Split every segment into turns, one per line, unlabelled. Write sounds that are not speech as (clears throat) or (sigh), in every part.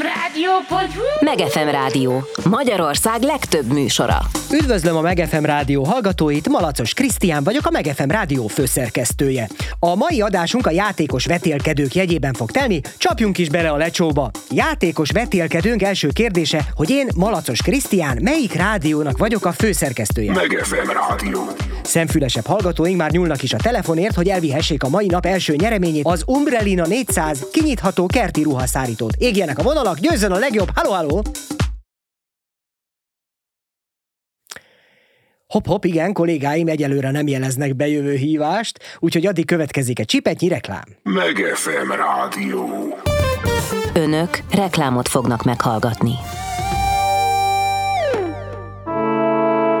Rádió.hu
Megefem Rádió. Magyarország legtöbb műsora.
Üdvözlöm a Megefem Rádió hallgatóit, Malacos Krisztián vagyok, a Megefem Rádió főszerkesztője. A mai adásunk a játékos vetélkedők jegyében fog telni, csapjunk is bele a lecsóba. Játékos vetélkedőnk első kérdése, hogy én, Malacos Krisztián, melyik rádiónak vagyok a főszerkesztője?
Megefem Rádió.
Szemfülesebb hallgatóink már nyúlnak is a telefonért, hogy elvihessék a mai nap első nyereményét, az Umbrellina 400 kinyitható kerti ruhaszárítót. Égjenek a vonalak, győzzön a legjobb, halló, halló! Hop-hop, igen, kollégáim egyelőre nem jeleznek bejövő hívást, úgyhogy addig következik egy csipetnyi reklám.
Megefem Rádió.
Önök reklámot fognak meghallgatni.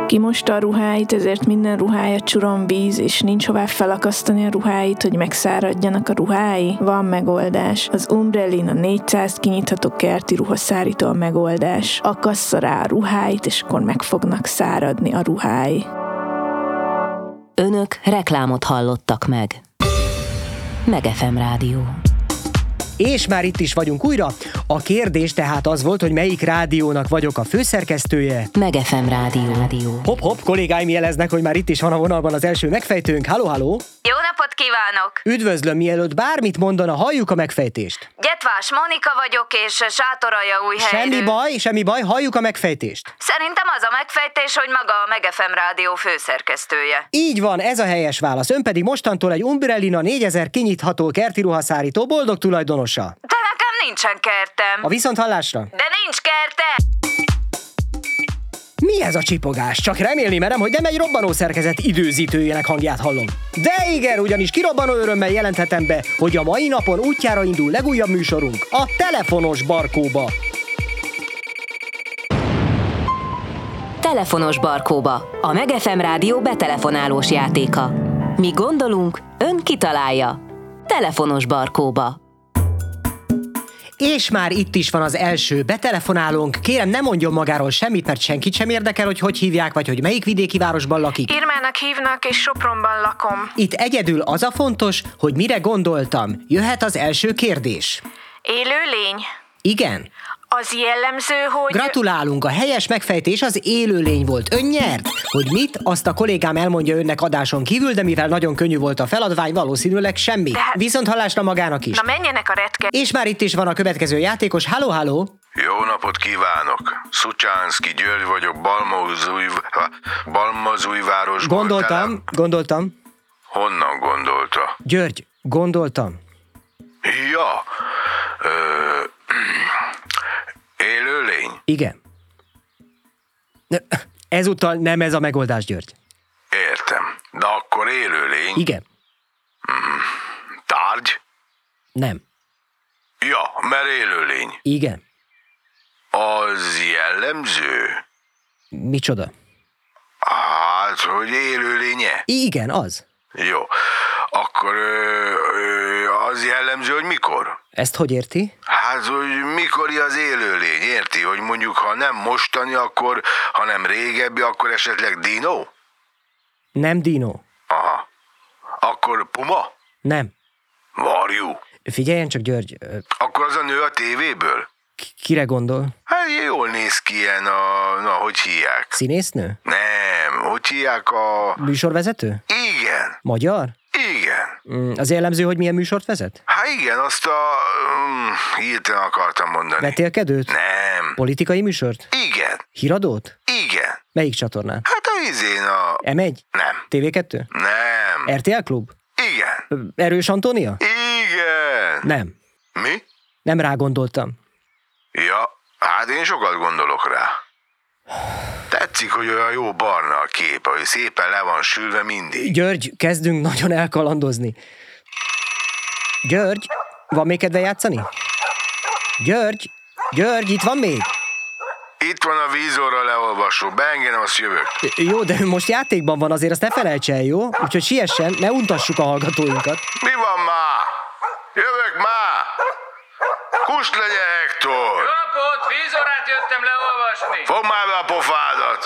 Kimosta a ruháit, ezért minden ruhája csuron víz, és nincs hová felakasztani a ruháit, hogy megszáradjanak a ruhái. Van megoldás. Az Umbrellina 400 kinyitható kerti ruhaszárító a megoldás. Akassza rá a ruháit, és akkor meg fognak száradni a ruhái.
Önök reklámot hallottak meg. Megefem Rádió.
És már itt is vagyunk újra. A kérdés tehát az volt, hogy melyik rádiónak vagyok a főszerkesztője.
Megefem Rádió. Rádió.
Hop-hop, kollégáim jeleznek, hogy már itt is van a vonalban az első megfejtőnk. Halló, halló!
Jó napot kívánok!
Üdvözlöm, mielőtt bármit mondana, halljuk a megfejtést.
Gyetvás Monika vagyok, és Sátoraja új
Semmi baj, semmi baj, halljuk a megfejtést.
Szerintem az a megfejtés, hogy maga a Megefem Rádió főszerkesztője.
Így van, ez a helyes válasz. Ön pedig mostantól egy Umbrellina 4000 kinyitható kerti ruhaszárító boldog tulajdonosa.
De nekem nincsen kertem.
A viszonthallásra?
De nincs kerte!
Mi ez a csipogás? Csak remélni merem, hogy nem egy robbanó szerkezet időzítőjének hangját hallom. De igen, ugyanis kirobbanó örömmel jelenthetem be, hogy a mai napon útjára indul legújabb műsorunk, a telefonos barkóba.
Telefonos barkóba. A Megefem Rádió betelefonálós játéka. Mi gondolunk, ön kitalálja. Telefonos barkóba.
És már itt is van az első betelefonálónk. Kérem, ne mondjon magáról semmit, mert senkit sem érdekel, hogy hogy hívják, vagy hogy melyik vidéki városban lakik.
Irmának hívnak, és Sopronban lakom.
Itt egyedül az a fontos, hogy mire gondoltam. Jöhet az első kérdés.
Élő lény.
Igen.
Az jellemző, hogy...
Gratulálunk, a helyes megfejtés az élőlény volt. Ön nyert? Hogy mit, azt a kollégám elmondja önnek adáson kívül, de mivel nagyon könnyű volt a feladvány, valószínűleg semmi.
hát-
Viszont hallásra magának is.
Na menjenek a retke...
És már itt is van a következő játékos. Halló, halló!
Jó napot kívánok! Szucsánszki György vagyok, Balmazúj, Balmazújvárosból.
Gondoltam,
telem-
gondoltam.
Honnan gondolta?
György, gondoltam.
Ja, ö, élőlény?
Igen. Ne, Ezúttal nem ez a megoldás, György.
Értem. De akkor élőlény?
Igen.
Tárgy?
Nem.
Ja, mert élőlény.
Igen.
Az jellemző?
Micsoda?
Hát, hogy élőlénye?
Igen, az.
Jó. Akkor ö, ö, az jellemző, hogy mikor?
Ezt hogy érti?
Hát, hogy mikori az élőlény, érti? Hogy mondjuk, ha nem mostani, akkor, ha nem régebbi, akkor esetleg dino?
Nem dinó.
Aha. Akkor puma?
Nem.
Varjú?
Figyeljen csak, György, ö,
Akkor az a nő a tévéből?
ki- kire gondol?
Hát jól néz ki ilyen a... Na, hogy hívják?
Színésznő?
Nem, hogy hívják a...
Műsorvezető?
Igen,
Magyar?
igen.
Mm, Az jellemző, hogy milyen műsort vezet?
Hát igen, azt a... Mm, hirtelen akartam mondani.
Vetélkedőt?
Nem.
Politikai műsort?
Igen,
Híradót?
igen.
Melyik csatornán?
Hát a izén a...
M1?
Nem.
TV2?
Nem.
RTL Klub?
Igen.
Ö, Erős Antónia?
Igen.
Nem.
Mi?
Nem rá gondoltam.
Ja, hát én sokat gondolok rá. Tetszik, hogy olyan jó barna a kép, hogy szépen le van sülve mindig.
György, kezdünk nagyon elkalandozni. György, van még kedve játszani? György, György, itt van még?
Itt van a vízorra leolvasó, beengedem, azt jövök.
Ö, Jó, de ő most játékban van, azért azt ne felejtse el, jó? Úgyhogy siessen, ne untassuk a hallgatóinkat.
Mi van már? Jövök már! Kust legyen Hektor!
Napot, vízorát jöttem leolvasni.
Fogd már be a pofádat!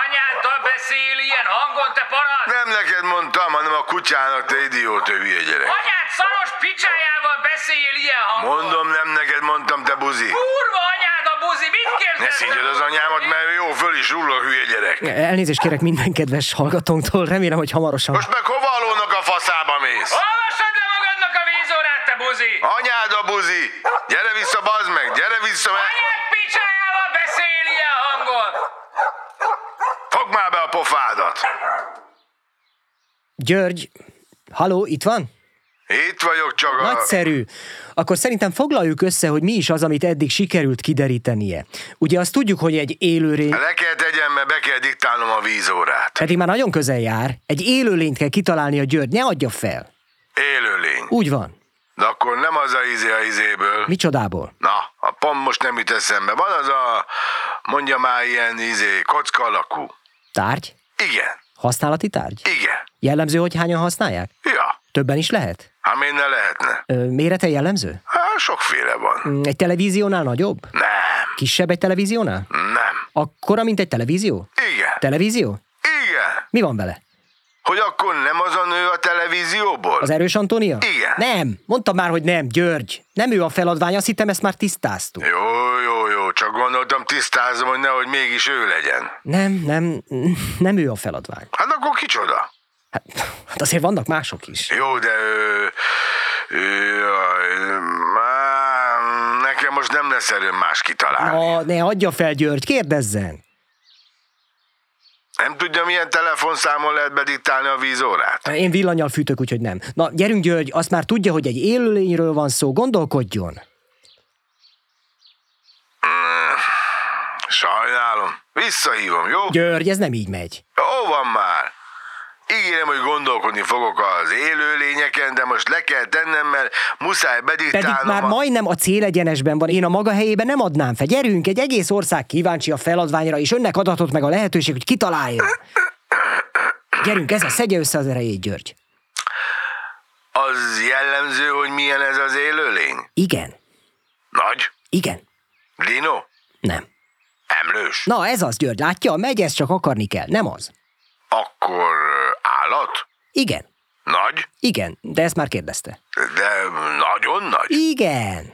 Anyáddal beszél ilyen hangon, te paraszt!
Nem neked mondtam, hanem a kutyának, te idióta hülye gyerek.
Anyád szaros picsájával beszél ilyen hangon!
Mondom, nem neked mondtam, te buzi.
Kurva anyád Józi, mit kérdezel?
Ne szígyed az anyámat, mert jó, föl is rull a hülye gyerek.
Elnézést kérek minden kedves hallgatónktól, remélem, hogy hamarosan.
Most meg hova alónak a faszába mész?
Olvasod le magadnak a vízórát, te buzi!
Anyád a buzi! Gyere vissza, bazd meg! Gyere vissza, mert...
Anyád picsájával beszél ilyen hangon!
Fogd már be a pofádat!
György, haló, itt van?
Itt vagyok csak a...
Nagyszerű. Akkor szerintem foglaljuk össze, hogy mi is az, amit eddig sikerült kiderítenie. Ugye azt tudjuk, hogy egy élőlény...
Le kell tegyem, mert be kell diktálnom a vízórát.
Pedig már nagyon közel jár. Egy élőlényt kell kitalálni a György, ne adja fel.
Élőlény.
Úgy van.
De akkor nem az a izé a izéből.
Micsodából?
Na, a pont most nem jut eszembe. Van az a, mondja már ilyen izé, kocka alakú.
Tárgy?
Igen,
Használati tárgy?
igen,
Jellemző, hogy hányan használják?
ja.
Többen is lehet?
Hát miért ne lehetne?
Ö, mérete jellemző?
Hát sokféle van.
Mm, Egy televíziónál nagyobb?
Nem,
Kisebb egy televíziónál?
nem.
Akkora, mint egy televízió?
Igen,
Televízió?
igen.
Mi van vele?
Hogy akkor nem az a nő a televízióból?
Az erős Antónia?
Igen.
Nem, mondtam már, hogy nem, György. Nem ő a feladvány, azt hittem, ezt már tisztáztuk.
Jó, jó, jó, csak gondoltam tisztázom, hogy nehogy mégis ő legyen.
Nem, nem, nem ő a feladvány.
Hát akkor kicsoda?
Hát, hát azért vannak mások is.
Jó, de ő... ő jaj, már nekem most nem lesz erőm más kitalálni.
Na, ne adja fel, György, kérdezzen. Hm.
Nem tudja, milyen telefonszámon lehet bediktálni a vízórát?
Én villanyal fűtök, úgyhogy nem. Na, gyerünk, György, azt már tudja, hogy egy élőlényről van szó, gondolkodjon.
Sajnálom. Visszahívom, jó?
György, ez nem így megy.
Jó van már. Ígérem, hogy gondolkodni fogok az élőlényeken, de most le kell tennem, mert muszáj
Pedig
bediktálnom
már
a...
majdnem a célegyenesben van, én a maga helyébe nem adnám fel. Gyerünk, egy egész ország kíváncsi a feladványra, és önnek adatott meg a lehetőség, hogy kitalálja. Gyerünk, ez a szedje össze az erejét, György.
Az jellemző, hogy milyen ez az élőlény?
Igen,
Nagy?
igen,
Lino?
nem.
Emlős?
Na, ez az, György, látja, megy, ezt csak akarni kell, nem az.
Akkor ö, állat?
Igen,
Nagy?
igen, de ezt már kérdezte.
De nagyon nagy?
Igen.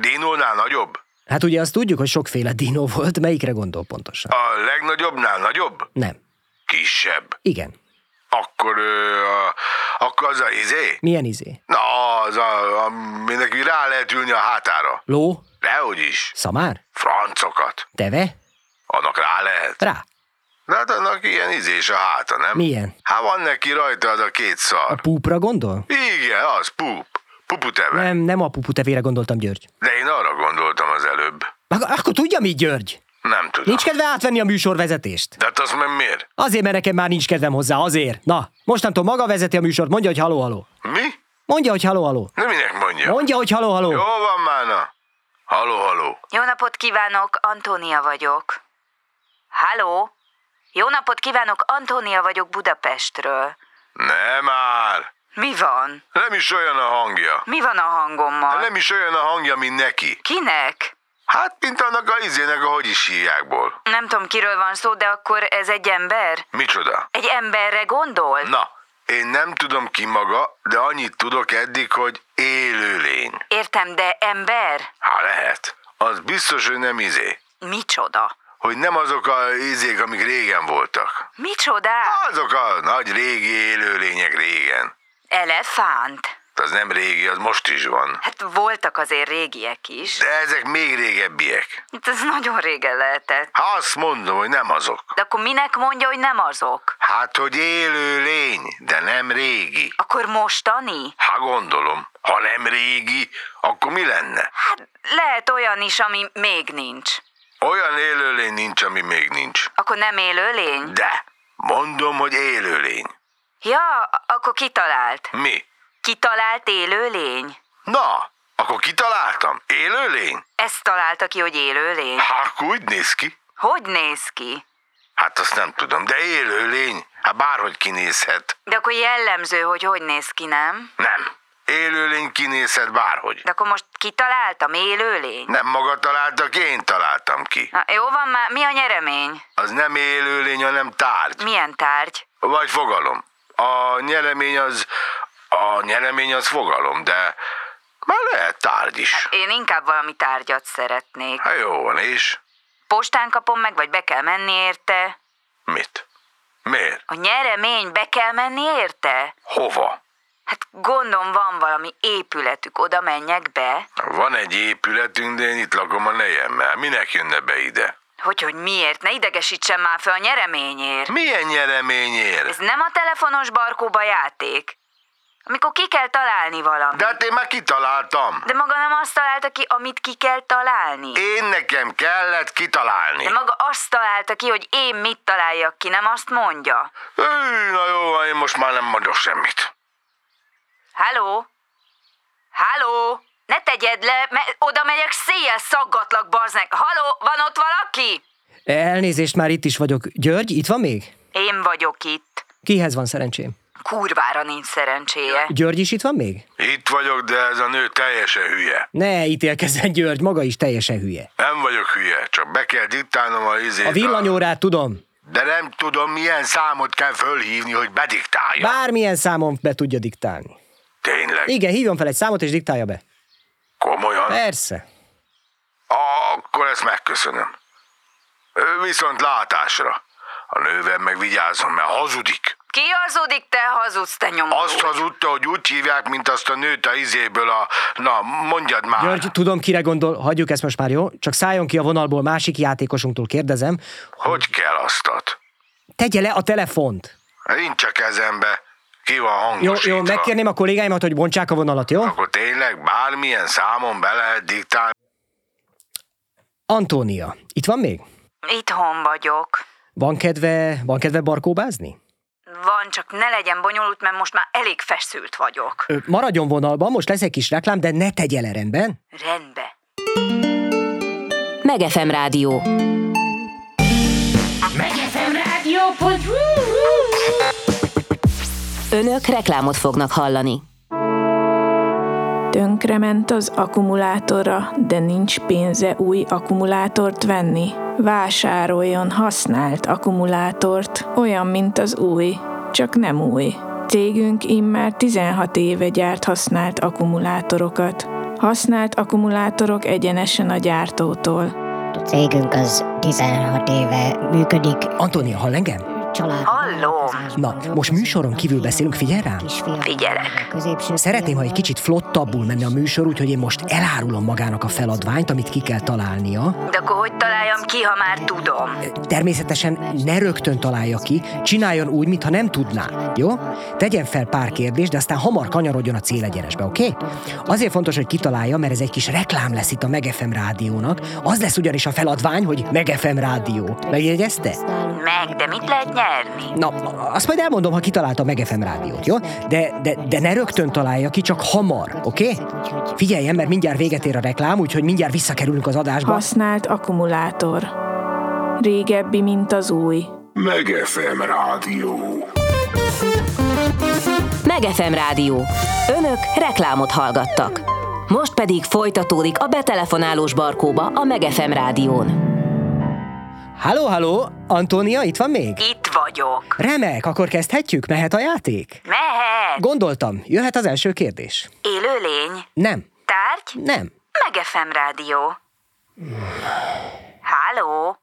Dinónál nagyobb?
Hát ugye azt tudjuk, hogy sokféle dinó volt, melyikre gondol pontosan?
A legnagyobbnál nagyobb?
Nem.
Kisebb?
Igen.
Akkor, ö, a, akkor az a izé?
Milyen izé?
Na, az a, a mindenki rá lehet ülni a hátára.
Ló?
Dehogy is.
Szamár?
Francokat.
Teve?
Annak rá lehet.
Rá?
De hát annak ilyen izés a háta, nem?
Milyen?
Hát van neki rajta az a két
A
szar.
púpra gondol?
Igen, az pup. Puputeve.
Nem, nem a puputevére gondoltam, György.
De én arra gondoltam az előbb.
Ak- akkor tudja mi, György?
Nem tudom.
Nincs kedve átvenni a műsorvezetést.
De hát azt meg miért?
Azért, mert nekem már nincs kedvem hozzá, azért. Na, mostantól maga vezeti a műsort, mondja, hogy haló, haló.
Mi?
Mondja, hogy haló, haló.
Nem minek mondja?
Mondja, hogy haló, haló.
Jó van már, na. Haló, haló.
Jó napot kívánok, Antónia vagyok. Halló? Jó napot kívánok, Antónia vagyok Budapestről.
Nem már.
Mi van?
Nem is olyan a hangja. Hát
Mi van a hangommal?
Nem is olyan a hangja, mint neki.
Kinek?
Hát, mint annak a izének, ahogy is hívjákból.
Nem tudom, kiről van szó, de akkor ez egy ember?
Micsoda?
Egy emberre gondol?
Na, én nem tudom ki maga, de annyit tudok eddig, hogy élőlény.
Értem, de ember?
Há, lehet. Az biztos, hogy nem izé.
Micsoda?
Hogy nem azok a izék, amik régen voltak.
Micsoda?
Azok a nagy régi élőlények régen.
Elefánt?
De Az nem régi, az most is van.
Hát voltak azért régiek is.
De ezek még régebbiek.
Hát Ez nagyon régen lehetett.
Ha azt mondom, hogy nem azok.
De akkor minek mondja, hogy nem azok?
Hát, hogy élő lény, de nem régi.
Akkor mostani?
Ha gondolom, ha nem régi, akkor mi lenne?
Hát lehet olyan is, ami még nincs.
Olyan élőlény nincs, ami még nincs.
Akkor nem élőlény?
De mondom, hogy élőlény.
Ja, akkor kitalált.
Mi?
Kitalált élőlény?
Na, akkor kitaláltam. Élőlény?
Ezt találta ki, hogy élőlény?
Hát akkor úgy néz ki.
Hogy néz ki?
Hát azt nem tudom, de élőlény? Hát bárhogy kinézhet.
De akkor jellemző, hogy hogy néz ki, nem?
Nem. Élőlény kinézhet bárhogy.
De akkor most kitaláltam élőlény?
Nem maga találtak, én találtam ki.
Na, jó van már, mi a nyeremény?
Az nem élőlény, hanem tárgy.
Milyen tárgy?
Vagy fogalom. A nyeremény az... A nyeremény az fogalom, de Már lehet tárgy is.
Én inkább valami tárgyat szeretnék.
Hát jó van, és?
Postán kapom meg, vagy be kell menni érte?
Mit? Miért?
A nyeremény be kell menni érte?
Hova?
Hát gondom van valami épületük, oda menjek be.
Van egy épületünk, de én itt lakom a nejemmel. Minek jönne be ide?
Hogy, hogy miért? Ne idegesítsen már fel a nyereményért.
Milyen nyereményért?
Ez nem a telefonos barkóba játék. Amikor ki kell találni valamit.
De hát én már kitaláltam.
De maga nem azt találta ki, amit ki kell találni.
Én nekem kellett kitalálni.
De maga azt találta ki, hogy én mit találjak ki, nem azt mondja.
Ő, na jó, van, én most már nem mondok semmit.
Háló? Háló? Ne tegyed le, mert oda megyek széjjel szaggatlak, barznek. Halló, van ott valaki?
Elnézést, már itt is vagyok. György, itt van még?
Én vagyok itt.
Kihez van szerencsém?
Kurvára nincs szerencséje.
György is itt van még?
Itt vagyok, de ez a nő teljesen hülye.
Ne ítélkezzen, György, maga is teljesen hülye.
Nem vagyok hülye, csak be kell diktálnom a izét.
A villanyórát tudom.
De nem tudom, milyen számot kell fölhívni, hogy bediktálja.
Bármilyen számon be tudja diktálni.
Tényleg?
Igen, hívjon fel egy számot és diktálja be.
Komolyan?
Persze.
Akkor ezt megköszönöm. Ő viszont látásra. A nővel meg vigyázom, mert hazudik.
Ki hazudik, te hazudsz, te nyomorú.
Azt hazudta, hogy úgy hívják, mint azt a nőt a izéből a... Na, mondjad már.
György, tudom, kire gondol, hagyjuk ezt most már, jó? Csak szálljon ki a vonalból, másik játékosunktól kérdezem.
Hogy kell aztat?
Tegye le a telefont.
Nincs a kezembe. Ki van
Jó,
hangosítva?
jó, megkérném a kollégáimat, hogy bontsák a vonalat, jó?
Akkor tényleg bármilyen számon be lehet diktálni.
Antónia, itt van még?
Itthon vagyok.
Van kedve, van kedve barkóbázni?
Van, csak ne legyen bonyolult, mert most már elég feszült vagyok.
Ö, maradjon vonalban, most lesz egy kis reklám, de ne tegye le rendben.
Rendbe.
Megefem Rádió. Önök reklámot fognak hallani.
Tönkrement az akkumulátora, de nincs pénze új akkumulátort venni. Vásároljon használt akkumulátort, olyan, mint az új, csak nem új. Cégünk immár 16 éve gyárt használt akkumulátorokat. Használt akkumulátorok egyenesen a gyártótól.
A cégünk az 16 éve működik.
Antónia, hall engem?
Család.
Hallom.
Na, most műsoron kívül beszélünk, figyelj rám?
Figyelek.
Szeretném, ha egy kicsit flottabbul menne a műsor, úgyhogy én most elárulom magának a feladványt, amit ki kell találnia.
De akkor hogy találjam ki, ha már tudom?
Természetesen ne rögtön találja ki, csináljon úgy, mintha nem tudná, jó? Tegyen fel pár kérdést, de aztán hamar kanyarodjon a célegyenesbe, oké? Okay? Azért fontos, hogy kitalálja, mert ez egy kis reklám lesz itt a Megefem rádiónak. Az lesz ugyanis a feladvány, hogy Megefem rádió. Megjegyezte?
Meg, de mit lehet nyerni?
Na, azt majd elmondom, ha kitalálta a Megefem rádiót, jó? De, de, de ne rögtön találja ki, csak hamar, oké? Okay? Figyeljen, mert mindjárt véget ér a reklám, úgyhogy mindjárt visszakerülünk az adásba.
Használt akkumulátor. Régebbi, mint az új.
Megefem rádió.
Megefem Rádió. Önök reklámot hallgattak. Most pedig folytatódik a betelefonálós barkóba a Megefem Rádión.
Halló, halló, Antónia, itt van még?
Itt vagyok.
Remek, akkor kezdhetjük, mehet a játék?
Mehet.
Gondoltam, jöhet az első kérdés.
Élőlény.
Nem,
Tárgy?
nem.
Megefem rádió. Háló?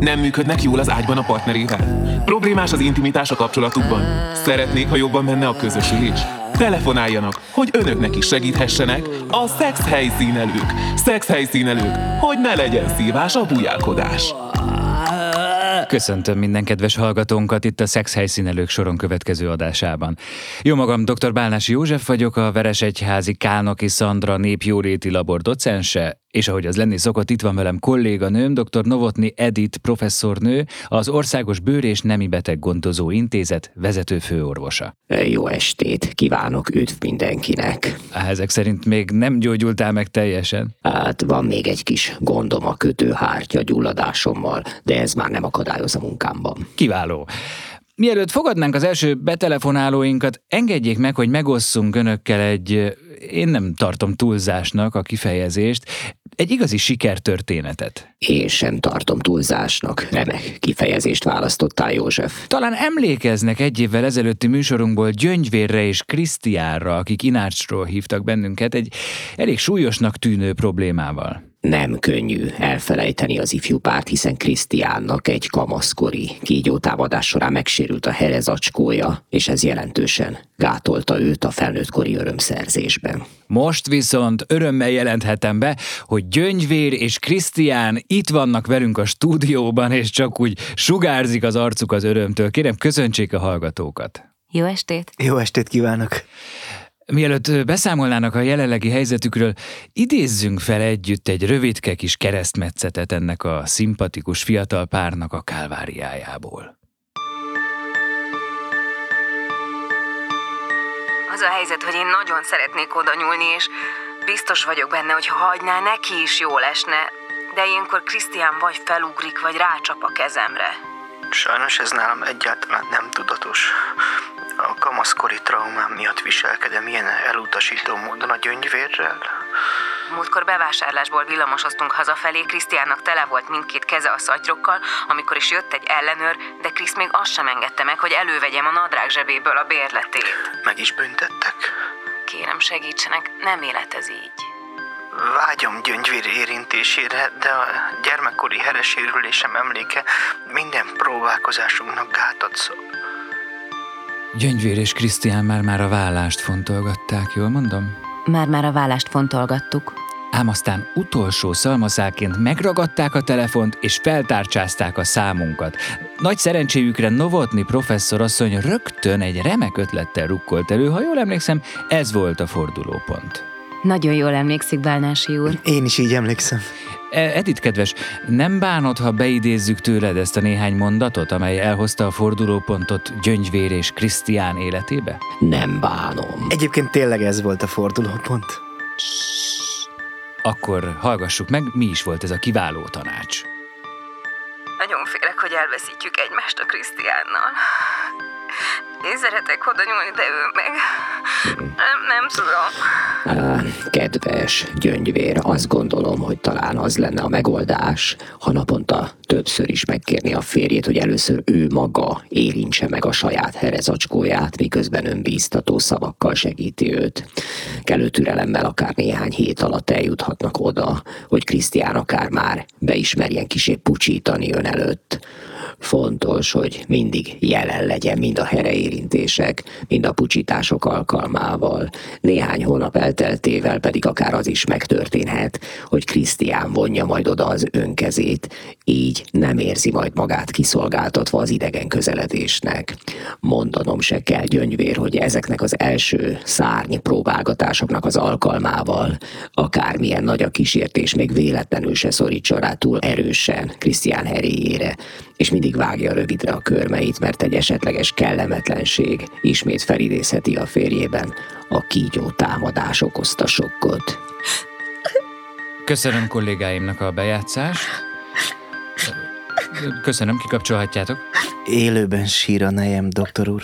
Nem működnek jól az ágyban a partnerével? Problémás az intimitás a kapcsolatukban? Szeretnék, ha jobban menne a közösülés? Telefonáljanak, hogy önöknek is segíthessenek a szex helyszínelők. Szex helyszínelők, hogy ne legyen szívás a bujálkodás.
Köszöntöm minden kedves hallgatónkat itt a Szex helyszínelők soron következő adásában. Jó magam, dr. Bálnás József vagyok, a Veresegyházi Kálnoki Szandra népjóléti labor docense, és ahogy az lenni szokott, itt van velem kolléganőm, dr. Novotni Edith professzornő, az Országos Bőr és Nemi Beteg Gondozó Intézet vezető főorvosa.
Jó estét kívánok, üdv mindenkinek!
Ezek szerint még nem gyógyultál meg teljesen.
Hát van még egy kis gondom a kötőhártya gyulladásommal, de ez már nem akadályoz a munkámban.
Kiváló. Mielőtt fogadnánk az első betelefonálóinkat, engedjék meg, hogy megosszunk önökkel egy, ö, én nem tartom túlzásnak a kifejezést, egy igazi sikertörténetet.
Én sem tartom túlzásnak. Remek kifejezést választottál, József.
Talán emlékeznek egy évvel ezelőtti műsorunkból Gyöngyvérre és Krisztiánra, akik Inácsról hívtak bennünket egy elég súlyosnak tűnő problémával.
Nem könnyű elfelejteni az ifjú párt, hiszen Krisztiánnak egy kamaszkori kígyótámadás során megsérült a herezacskója, és ez jelentősen gátolta őt a felnőttkori örömszerzésben.
Most viszont örömmel jelenthetem be, hogy Gyöngyvér és Krisztián itt vannak velünk a stúdióban, és csak úgy sugárzik az arcuk az örömtől. Kérem, köszöntsék a hallgatókat!
Jó estét!
Jó estét kívánok!
Mielőtt ö, beszámolnának a jelenlegi helyzetükről, idézzünk fel együtt egy rövidke kis keresztmetszetet ennek a szimpatikus fiatal párnak a kálváriájából.
Az a helyzet, hogy én nagyon szeretnék oda nyúlni, és biztos vagyok benne, hogy ha hagynál, neki is jól esne. De ilyenkor Krisztián vagy felugrik, vagy rácsap a kezemre.
Sajnos ez nálam egyáltalán nem tudatos. A kamaszkori traumám miatt viselkedem ilyen elutasító módon a gyöngyvérrel.
Múltkor bevásárlásból villamosoztunk hazafelé, Krisztiánnak tele volt mindkét keze a szatyrokkal, amikor is jött egy ellenőr, de Krisz még azt sem engedte meg, hogy elővegyem a nadrág zsebéből a bérletét.
Meg is büntettek.
Kérem segítsenek, nem élet ez így.
Vágyom gyöngyvér érintésére, de a gyermekkori heresérülésem emléke minden próbálkozásunknak gátat szab.
Gyöngyvér és Krisztián már-már a vállást fontolgatták, jól mondom?
Már-már a vállást fontolgattuk.
Ám aztán utolsó szalmaszáként megragadták a telefont és feltárcsázták a számunkat. Nagy szerencséjükre Novotni professzorasszony rögtön egy remek ötlettel rukkolt elő, ha jól emlékszem, ez volt a fordulópont.
Nagyon jól emlékszik Bálnási úr.
Én is így emlékszem.
E, Edith, kedves, nem bánod, ha beidézzük tőled ezt a néhány mondatot, amely elhozta a fordulópontot Gyöngyvér és Krisztián életébe?
Nem bánom.
Egyébként tényleg ez volt a fordulópont.
Akkor hallgassuk meg, mi is volt ez a kiváló tanács.
Nagyon félek, hogy elveszítjük egymást a Krisztiánnal. Én szeretek oda nyúlni, de ő meg... Nem, nem tudom.
Á, Kedves gyöngyvér, azt gondolom, hogy talán az lenne a megoldás, ha naponta többször is megkérni a férjét, hogy először ő maga érintse meg a saját herezacskóját, miközben önbíztató szavakkal segíti őt. Kellő türelemmel akár néhány hét alatt eljuthatnak oda, hogy Krisztián akár már beismerjen kisé pucsítani ön előtt. Fontos, hogy mindig jelen legyen mind a hereérintések, mind a pucsítások alkalmával. Néhány hónap elteltével pedig akár az is megtörténhet, hogy Krisztián vonja majd oda az önkezét, így nem érzi majd magát kiszolgáltatva az idegen közeledésnek. Mondanom se kell, gyöngyvér, hogy ezeknek az első szárny próbálgatásoknak az alkalmával, akármilyen nagy a kísértés, még véletlenül se szorítsa rá túl erősen Krisztián heréjére, és mindig vágja rövidre a körmeit, mert egy esetleges kellemetlenség ismét felidézheti a férjében a kígyó támadás okozta sokkot.
Köszönöm kollégáimnak a bejátszást. Köszönöm, kikapcsolhatjátok.
Élőben sír a nejem, doktor úr.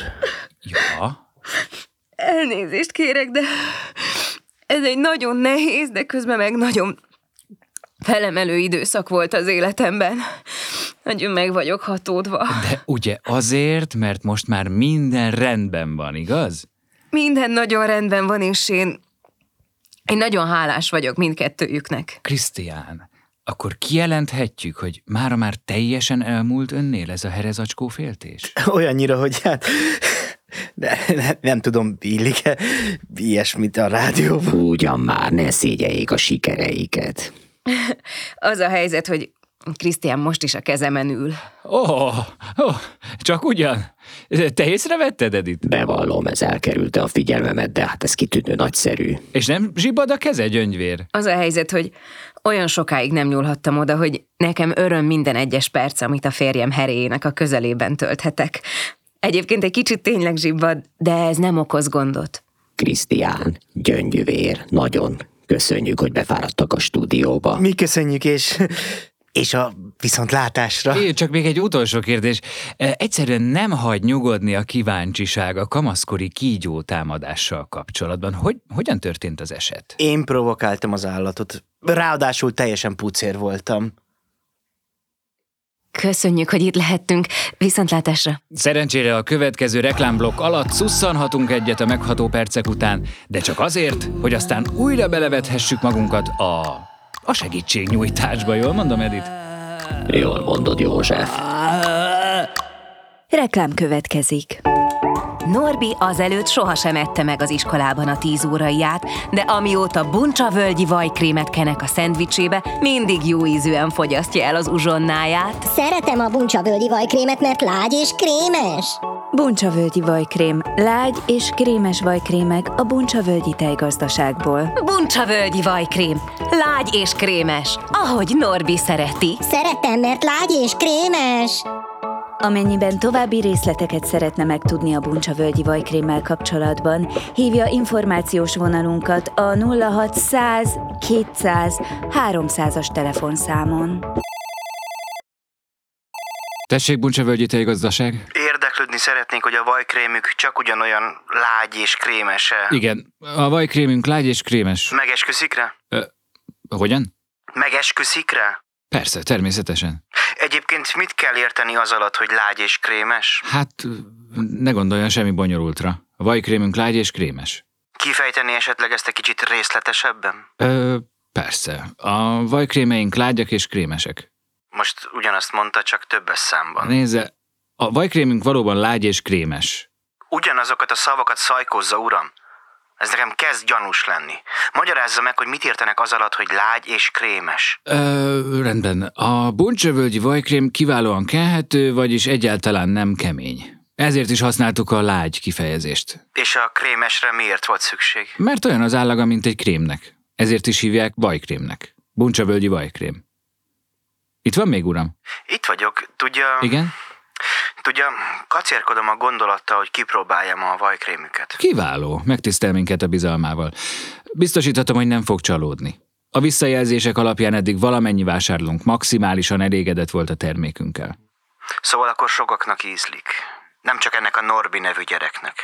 Ja,
Elnézést kérek, de ez egy nagyon nehéz, de közben meg nagyon felemelő időszak volt az életemben. Nagyon meg vagyok hatódva.
de ugye azért, mert most már minden rendben van, igaz?
Minden nagyon rendben van, és én, én nagyon hálás vagyok mindkettőjüknek.
Krisztián, akkor kijelenthetjük, hogy mára már teljesen elmúlt önnél ez a herezacskó féltés?
Olyannyira, hogy hát... De, ne, nem tudom, illik-e ilyesmit a rádióban.
Ugyan már ne szégyeljék a sikereiket.
Az a helyzet, hogy Krisztián most is a kezemen ül.
Ó, oh, oh, csak ugyan. Te észrevetted, Edith?
Bevallom, ez elkerülte a figyelmemet, de hát ez kitűnő nagyszerű.
És nem zsibad a keze, gyöngyvér?
Az a helyzet, hogy olyan sokáig nem nyúlhattam oda, hogy nekem öröm minden egyes perc, amit a férjem heréjének a közelében tölthetek. Egyébként egy kicsit tényleg zsibbad, de ez nem okoz gondot.
Krisztián, gyöngyvér, nagyon köszönjük, hogy befáradtak a stúdióba.
Mi köszönjük, és
és a viszontlátásra.
Én csak még egy utolsó kérdés. E, Egyszerűen nem hagy nyugodni a kíváncsiság a kamaszkori kígyó támadással kapcsolatban. Hogy, hogyan történt az eset?
Én provokáltam az állatot. Ráadásul teljesen pucér voltam.
Köszönjük, hogy itt lehettünk. Viszontlátásra!
Szerencsére a következő reklámblokk alatt szusszanhatunk egyet a megható percek után, de csak azért, hogy aztán újra belevethessük magunkat a... a segítségnyújtásba, jól mondom, Edith?
Jól mondod, József.
Reklám következik.
Norbi azelőtt sohasem ette meg az iskolában a tíz óraiját, de amióta buncsavölgyi vajkrémet kenek a szendvicsébe, mindig jó ízűen fogyasztja el az uzsonnáját.
Szeretem a buncsavölgyi vajkrémet, mert lágy és krémes.
Buncsavölgyi vajkrém, lágy és krémes vajkrémek a Buncsavölgyi tejgazdaságból.
Buncsavölgyi vajkrém, lágy és krémes, ahogy Norbi szereti.
Szeretem, mert lágy és krémes.
Amennyiben további részleteket szeretne megtudni a Buncsavölgyi vajkrémmel kapcsolatban, hívja információs vonalunkat a 0600 200 300-as telefonszámon.
Tessék, Buncsavölgyi Tejgazdaság?
Érdeklődni szeretnénk, hogy a vajkrémük csak ugyanolyan lágy és krémese.
Igen, a vajkrémünk lágy és krémes.
Megesküszik rá?
Ö, hogyan?
Megesküszik rá?
Persze, természetesen.
Egyébként mit kell érteni az alatt, hogy lágy és krémes?
Hát, ne gondoljon semmi bonyolultra. A vajkrémünk lágy és krémes.
Kifejteni esetleg ezt egy kicsit részletesebben?
Ö, persze. A vajkrémeink lágyak és krémesek.
Most ugyanazt mondta, csak többes számban.
Nézze, a vajkrémünk valóban lágy és krémes.
Ugyanazokat a szavakat szajkozza, uram. Ez nekem kezd gyanús lenni. Magyarázza meg, hogy mit értenek az alatt, hogy lágy és krémes.
Ö, rendben. A buncsövölgyi vajkrém kiválóan kenhető, vagyis egyáltalán nem kemény. Ezért is használtuk a lágy kifejezést.
És a krémesre miért volt szükség?
Mert olyan az állaga, mint egy krémnek. Ezért is hívják vajkrémnek. Buncsavölgyi vajkrém. Itt van még, uram?
Itt vagyok. Tudja...
Igen?
Tudja, kacérkodom a gondolattal, hogy kipróbáljam a vajkrémüket.
Kiváló, megtisztel minket a bizalmával. Biztosíthatom, hogy nem fog csalódni. A visszajelzések alapján eddig valamennyi vásárlónk maximálisan elégedett volt a termékünkkel.
Szóval akkor sokaknak ízlik. Nem csak ennek a Norbi nevű gyereknek.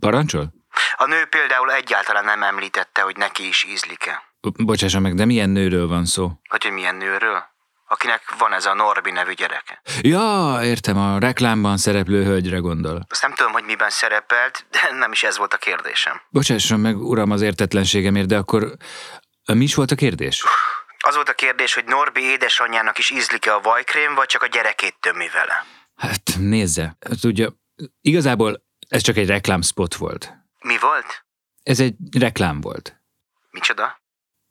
Parancsol?
A nő például egyáltalán nem említette, hogy neki is ízlik-e.
B- Bocsássa meg, de milyen nőről van szó?
Hogy, hogy milyen nőről? akinek van ez a Norbi nevű gyereke.
Ja, értem, a reklámban szereplő hölgyre gondol.
Azt nem tudom, hogy miben szerepelt, de nem is ez volt a kérdésem.
Bocsásson meg, uram, az értetlenségemért, de akkor mi is volt a kérdés?
Az volt a kérdés, hogy Norbi édesanyjának is ízlik-e a vajkrém, vagy csak a gyerekét tömi vele.
Hát nézze, tudja, igazából ez csak egy reklámspot volt.
Mi volt?
Ez egy reklám volt.
Micsoda?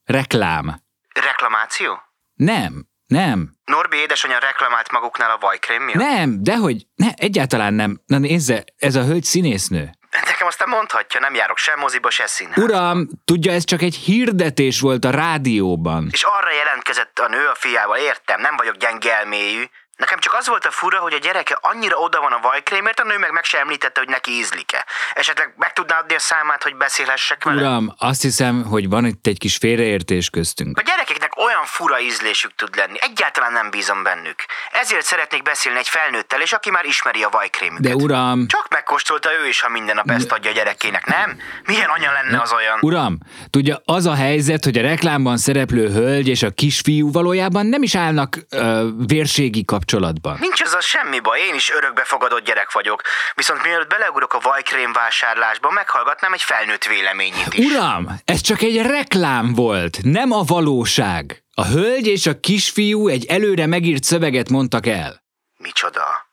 Reklám.
Reklamáció?
Nem, nem.
Norbi édesanyja reklamált maguknál a vajkrém miatt?
Nem, dehogy, ne, egyáltalán nem. Na nézze, ez a hölgy színésznő.
Nekem aztán mondhatja, nem járok sem moziba, se színházba.
Uram, tudja, ez csak egy hirdetés volt a rádióban.
És arra jelentkezett a nő a fiával, értem, nem vagyok gyenge elmélyű. Nekem csak az volt a fura, hogy a gyereke annyira oda van a vajkrémért, a nő meg meg sem említette, hogy neki ízlik-e. Esetleg meg tudná adni a számát, hogy beszélhessek vele?
Uram, azt hiszem, hogy van itt egy kis félreértés köztünk.
A gyerekeknek olyan fura ízlésük tud lenni, egyáltalán nem bízom bennük. Ezért szeretnék beszélni egy felnőttel, és aki már ismeri a vajkrémüket.
De uram,
Csak megkóstolta ő is, ha minden nap ezt adja a gyerekének, nem? Milyen anya lenne az olyan?
uram, tudja, az a helyzet, hogy a reklámban szereplő hölgy és a kisfiú valójában nem is állnak ö, vérségi kapcsolatban.
Nincs az a semmi baj, én is örökbefogadott gyerek vagyok. Viszont mielőtt beleugrok a vajkrém vásárlásba, meghallgatnám egy felnőtt véleményét is.
Uram, ez csak egy reklám volt, nem a valóság. A hölgy és a kisfiú egy előre megírt szöveget mondtak el.
Micsoda?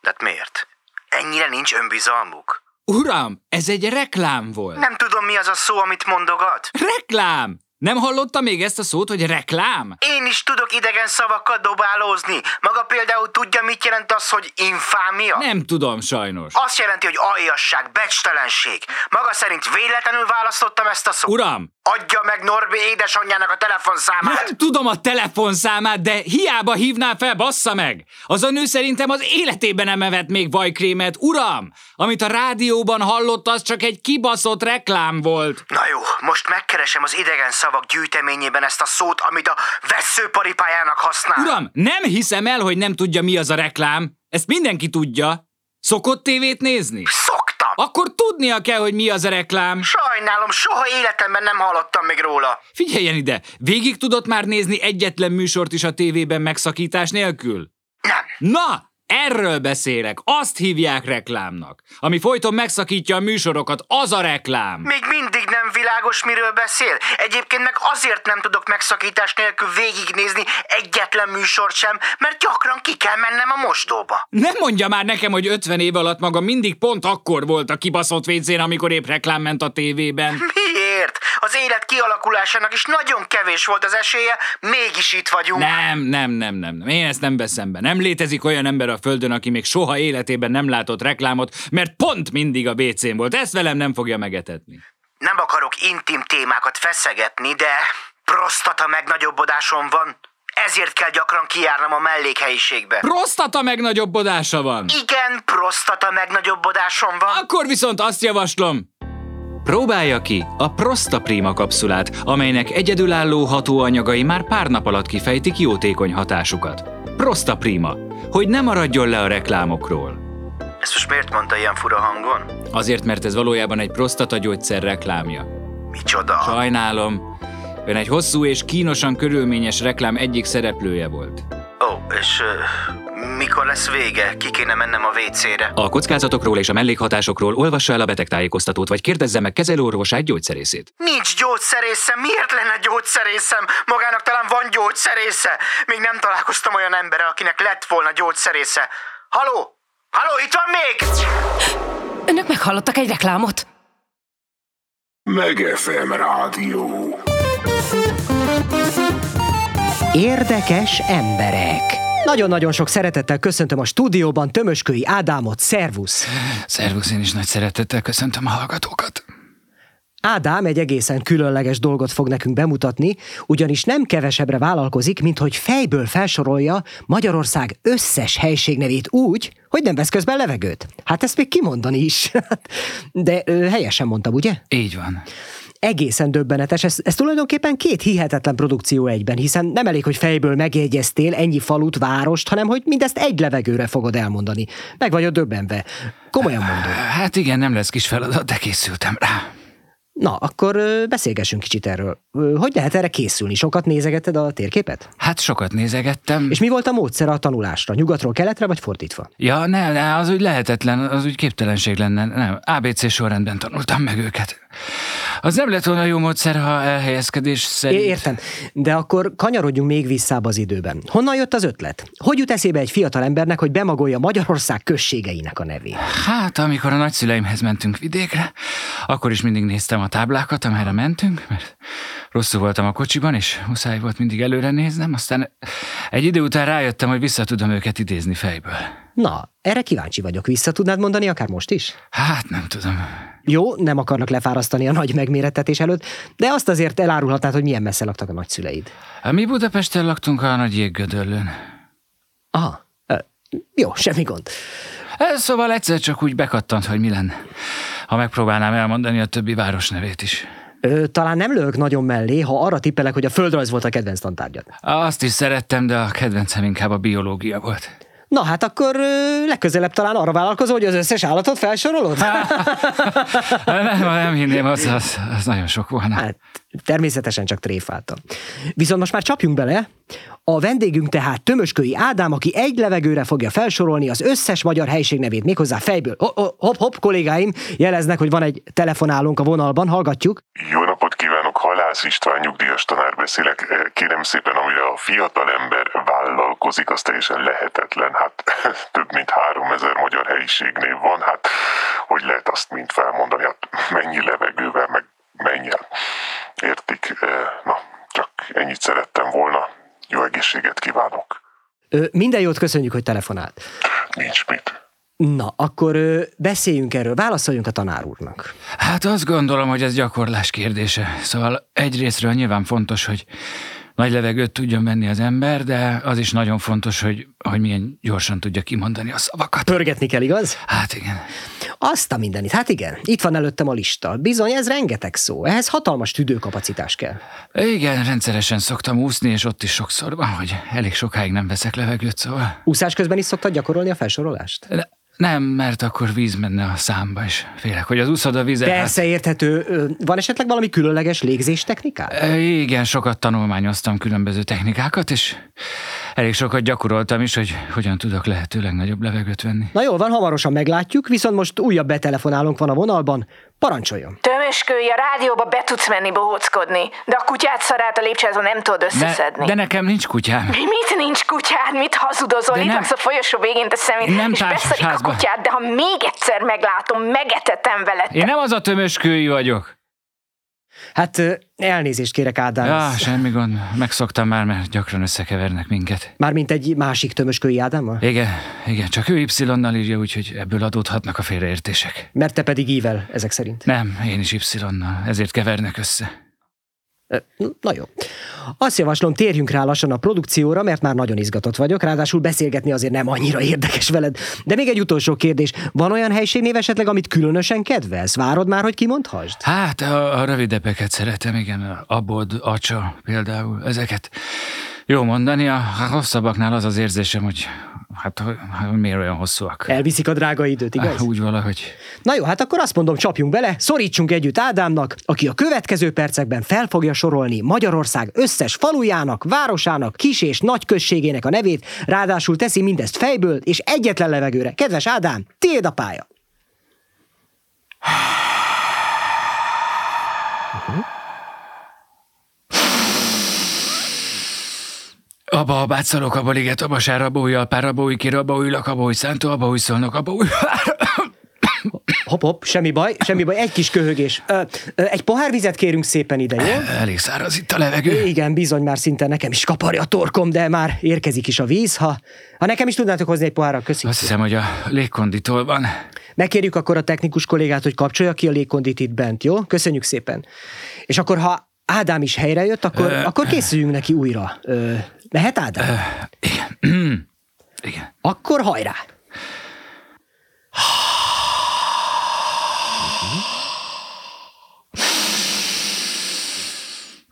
De hát miért? Ennyire nincs önbizalmuk?
Uram, ez egy reklám volt.
Nem tudom, mi az a szó, amit mondogat.
Reklám! Nem hallotta még ezt a szót, hogy reklám?
Én is tudok idegen szavakkal dobálózni. Maga például tudja, mit jelent az, hogy infámia?
Nem tudom sajnos.
Azt jelenti, hogy aljasság, becstelenség. Maga szerint véletlenül választottam ezt a szót.
Uram,
Adja meg Norbi édesanyjának a telefonszámát!
Nem tudom a telefonszámát, de hiába hívná fel, bassza meg! Az a nő szerintem az életében nem evett még vajkrémet, uram! Amit a rádióban hallott, az csak egy kibaszott reklám volt.
Na jó, most megkeresem az idegen szavak gyűjteményében ezt a szót, amit a veszőparipájának használ.
Uram, nem hiszem el, hogy nem tudja, mi az a reklám. Ezt mindenki tudja. Szokott tévét nézni?
Szoktam!
Akkor tudnia kell, hogy mi az a reklám.
Sajnálom, soha életemben nem hallottam még róla.
Figyeljen ide, végig tudott már nézni egyetlen műsort is a tévében megszakítás nélkül?
Nem.
Na, erről beszélek, azt hívják reklámnak. Ami folyton megszakítja a műsorokat, az a reklám.
Még mindig nem világos, miről beszél. Egyébként meg azért nem tudok megszakítás nélkül végignézni egyetlen műsort sem, mert gyakran ki kell mennem a mosdóba.
Nem mondja már nekem, hogy 50 év alatt maga mindig pont akkor volt a kibaszott vécén, amikor épp reklám ment a tévében.
Miért? Az élet kialakulásának is nagyon kevés volt az esélye, mégis itt vagyunk.
Nem, nem, nem, nem, nem. Én ezt nem veszem be. Nem létezik olyan ember a földön, aki még soha életében nem látott reklámot, mert pont mindig a WC-n volt. Ezt velem nem fogja megetetni.
Nem akarok intim témákat feszegetni, de prostata megnagyobbodásom van. Ezért kell gyakran kijárnom a mellékhelyiségbe.
Prostata megnagyobbodása van.
Igen, prostata megnagyobbodásom van.
Akkor viszont azt javaslom, Próbálja ki a Prostaprima kapszulát, amelynek egyedülálló hatóanyagai már pár nap alatt kifejtik jótékony hatásukat. Prostaprima, hogy ne maradjon le a reklámokról.
Ezt most miért mondta ilyen fura hangon?
Azért, mert ez valójában egy prostatagyógyszer reklámja.
Micsoda?
Sajnálom, ön egy hosszú és kínosan körülményes reklám egyik szereplője volt.
Ó, oh, és uh, mikor lesz vége? Ki kéne mennem a WC-re?
A kockázatokról és a mellékhatásokról olvassa el a betegtájékoztatót, vagy kérdezze meg kezelőorvosát gyógyszerészét.
Nincs gyógyszerészem, miért lenne gyógyszerészem? Magának talán van gyógyszerésze. Még nem találkoztam olyan emberrel, akinek lett volna gyógyszerésze. Haló? Haló, itt van még?
Önök meghallottak egy reklámot?
Megefem rádió.
Érdekes emberek. Nagyon-nagyon sok szeretettel köszöntöm a stúdióban Tömöskői Ádámot. Szervusz!
Szervusz, én is nagy szeretettel köszöntöm a hallgatókat.
Ádám egy egészen különleges dolgot fog nekünk bemutatni, ugyanis nem kevesebbre vállalkozik, mint hogy fejből felsorolja Magyarország összes helységnevét úgy, hogy nem vesz közben levegőt. Hát ezt még kimondani is. (laughs) De ö, helyesen mondtam, ugye?
Így van
egészen döbbenetes. Ez, ez tulajdonképpen két hihetetlen produkció egyben, hiszen nem elég, hogy fejből megjegyeztél ennyi falut, várost, hanem hogy mindezt egy levegőre fogod elmondani. Meg vagyok döbbenve. Komolyan mondom.
Hát igen, nem lesz kis feladat, de készültem rá.
Na, akkor beszélgessünk kicsit erről. Hogy lehet erre készülni? Sokat nézegetted a térképet?
Hát sokat nézegettem.
És mi volt a módszer a tanulásra? Nyugatról keletre, vagy fordítva?
Ja, ne, ne, az úgy lehetetlen, az úgy képtelenség lenne. Nem, ABC sorrendben tanultam meg őket. Az nem lett volna jó módszer, ha elhelyezkedés szerint...
É, értem, de akkor kanyarodjunk még visszább az időben. Honnan jött az ötlet? Hogy jut eszébe egy fiatal embernek, hogy bemagolja Magyarország községeinek a nevét?
Hát, amikor a nagyszüleimhez mentünk vidékre, akkor is mindig néztem a táblákat, amerre mentünk, mert rosszul voltam a kocsiban, és muszáj volt mindig előre néznem, aztán egy idő után rájöttem, hogy vissza tudom őket idézni fejből.
Na, erre kíváncsi vagyok. Vissza tudnád mondani akár most is?
Hát nem tudom.
Jó, nem akarnak lefárasztani a nagy megmérettetés előtt, de azt azért elárulhatnád, hogy milyen messze laktak a nagyszüleid.
Mi Budapesten laktunk a nagy jéggödöllön.
Aha, jó, semmi gond.
Ez szóval egyszer csak úgy bekattant, hogy mi lenne, ha megpróbálnám elmondani a többi város nevét is.
Ö, talán nem lők nagyon mellé, ha arra tippelek, hogy a földrajz volt a kedvenc tantárgyad.
Azt is szerettem, de a kedvencem inkább a biológia volt. (laughs)
Na hát akkor ö, legközelebb talán arra vállalkozol, hogy az összes állatot felsorolod?
Hát, nem, nem hinném, az, az, az nagyon sok volna.
Hát, természetesen csak tréfáltam. Viszont most már csapjunk bele. A vendégünk tehát Tömöskői Ádám, aki egy levegőre fogja felsorolni az összes magyar helység nevét, méghozzá fejből. Hopp-hopp, kollégáim jeleznek, hogy van egy telefonálónk a vonalban, hallgatjuk.
Jó napot kívánok, Halász István nyugdíjas tanár beszélek. Kérem szépen, amire a fiatal ember vállalkozik, az teljesen lehetetlen. Hát (laughs) több mint három ezer magyar helyiségnél van, hát hogy lehet azt mind felmondani, hát mennyi levegővel, meg menj el. Értik? Na, csak ennyit szerettem volna. Jó egészséget kívánok.
Ö, minden jót köszönjük, hogy telefonált.
Nincs mit.
Na, akkor ö, beszéljünk erről, válaszoljunk a tanár úrnak.
Hát azt gondolom, hogy ez gyakorlás kérdése. Szóval egyrésztről nyilván fontos, hogy nagy levegőt tudjon venni az ember, de az is nagyon fontos, hogy, hogy milyen gyorsan tudja kimondani a szavakat.
Pörgetni kell, igaz?
Hát igen.
Azt a mindenit, hát igen. Itt van előttem a lista. Bizony, ez rengeteg szó. Ehhez hatalmas tüdőkapacitás kell.
Igen, rendszeresen szoktam úszni, és ott is sokszor van, hogy elég sokáig nem veszek levegőt, szóval...
Úszás közben is szoktad gyakorolni a felsorolást?
Ne, nem, mert akkor víz menne a számba, és félek, hogy az úszod a vizet...
Persze, érthető. Ö, Van esetleg valami különleges légzés technikád?
Hát, Ö, igen, sokat tanulmányoztam különböző technikákat, és elég sokat gyakoroltam is, hogy hogyan tudok lehetőleg nagyobb levegőt venni.
Na jól van, hamarosan meglátjuk, viszont most újabb betelefonálónk van a vonalban. Parancsoljon!
Tömöskölj, a rádióba be tudsz menni bohóckodni, de a kutyát szarát a lépcsőházban nem tudod
De,
összeszedni.
de nekem nincs kutyám.
Mi, mit nincs kutyád? Mit hazudozol?
De
Itt
nem-
laksz a folyosó végén, te szemét,
Nem
és
társas
beszarik a
házba.
kutyád, de ha még egyszer meglátom, megetetem veled.
Én nem az a tömöskői vagyok.
Hát ö, elnézést kérek, Ádám.
Ja, Ah, semmi gond. Megszoktam már, mert gyakran összekevernek minket.
Mármint egy másik tömöskői Ádámmal?
Igen, igen, csak ő Y-nal írja, úgyhogy ebből adódhatnak a félreértések.
Mert te pedig ível, ezek szerint.
Nem, én is Y-nal, ezért kevernek össze.
Ö, Na jó. Azt javaslom, térjünk rá lassan a produkcióra, mert már nagyon izgatott vagyok, ráadásul beszélgetni azért nem annyira érdekes veled. De még egy utolsó kérdés. Van olyan helységnév esetleg, amit különösen kedvelsz? Várod már, hogy kimondhasd?
Hát, a, a rövidebbeket szeretem, igen, a abod, acsa például, ezeket jó mondani, a, a hosszabbaknál az az érzésem, hogy hát hogy- hogy miért olyan hosszúak.
Elviszik a drága időt, igaz?
Ah, Úgy valahogy.
Na jó, hát akkor azt mondom, csapjunk bele, szorítsunk együtt Ádámnak, aki a következő percekben fel fogja sorolni Magyarország összes falujának, városának, kis és nagy községének a nevét, ráadásul teszi mindezt fejből és egyetlen levegőre. Kedves Ádám, tiéd a pálya! Mhm.
Abba a bátszalok, abba liget, abba sár, abba új alpár, abba új kér, abba új lak, abba új szántó, abba új szolnok, abba új...
Hop, hop, semmi baj, semmi baj, egy kis köhögés. Ö, ö, egy pohár vizet kérünk szépen ide, jó?
Elég száraz itt a levegő.
Igen, bizony már szinte nekem is kaparja a torkom, de már érkezik is a víz. Ha, ha nekem is tudnátok hozni egy pohárra, köszi.
Azt hiszem, hogy a légkonditól van.
Megkérjük akkor a technikus kollégát, hogy kapcsolja ki a légkondit itt bent, jó? Köszönjük szépen. És akkor, ha Ádám is helyrejött, akkor,
Ö,
akkor készüljünk neki újra. Ö, mehet Ádám?
igen. (clears throat) igen.
Akkor hajrá!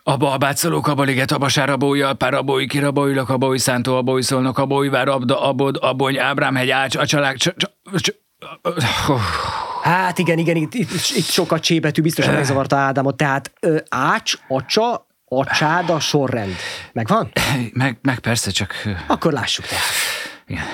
Abba a bátszalók, abba liget, abba sár, abba új alpár, abba új kér, abba új lak, abba új szántó, abba új szolnok, abba új vár, abda, abod, abony, ábrámhegy, ács, a család, csa, csa, csa,
Hát igen, igen, itt, itt, itt sok a csébetű, biztosan megzavarta Ádámot. Tehát ö, ács, acsa, acsád a sorrend. Megvan?
meg, meg persze csak... ö,
Akkor lássuk tehát.
Igen.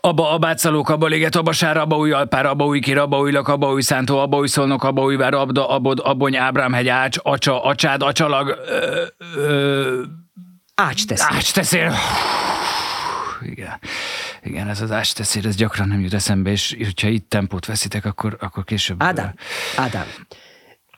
Abba a bátszalók, abba liget, abba sár, abba új alpár, abba új kir, abba új lak, abba új szántó, abba új szolnok, abba új vár, abda, abod, abony, ábrámhegy, ács, acsa, acsád, acsalag, ö, ö,
Ács tesz.
ács teszél. Igen. Igen, ez az ács teszél, ez gyakran nem jut eszembe, és hogyha itt tempót veszitek, akkor, akkor később...
Ádám, Ádám,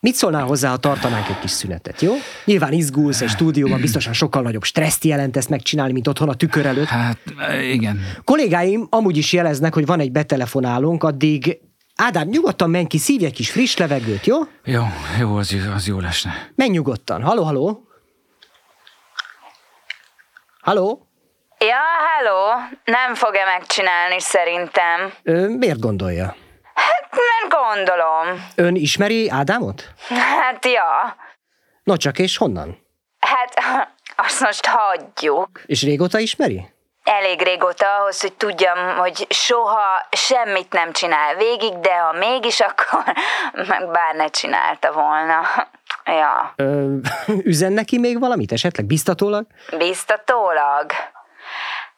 mit szólnál hozzá, ha tartanánk egy kis szünetet, jó? Nyilván izgulsz, egy stúdióban biztosan sokkal nagyobb stresszt jelent ezt megcsinálni, mint otthon a tükör előtt.
Hát, igen.
Kollégáim amúgy is jeleznek, hogy van egy betelefonálónk, addig Ádám, nyugodtan menj ki, szívj egy kis friss levegőt, jó?
Jó, jó, az, jó- az jó lesne.
Menj nyugodtan. Haló, haló? Haló?
Ja, hello. Nem fogja megcsinálni szerintem. Hát,
Ö, miért gondolja?
Mert gondolom.
Ön ismeri Ádámot?
Hát ja.
No csak, és honnan?
Hát (laughs) azt most hagyjuk.
És régóta ismeri?
Elég régóta ahhoz, hogy tudjam, hogy soha semmit nem csinál végig, de ha mégis, (laughs) akkor meg bár ne csinálta volna. (laughs) Ja,
Ö, (laughs) üzen neki még valamit esetleg, biztatólag?
biztatólag.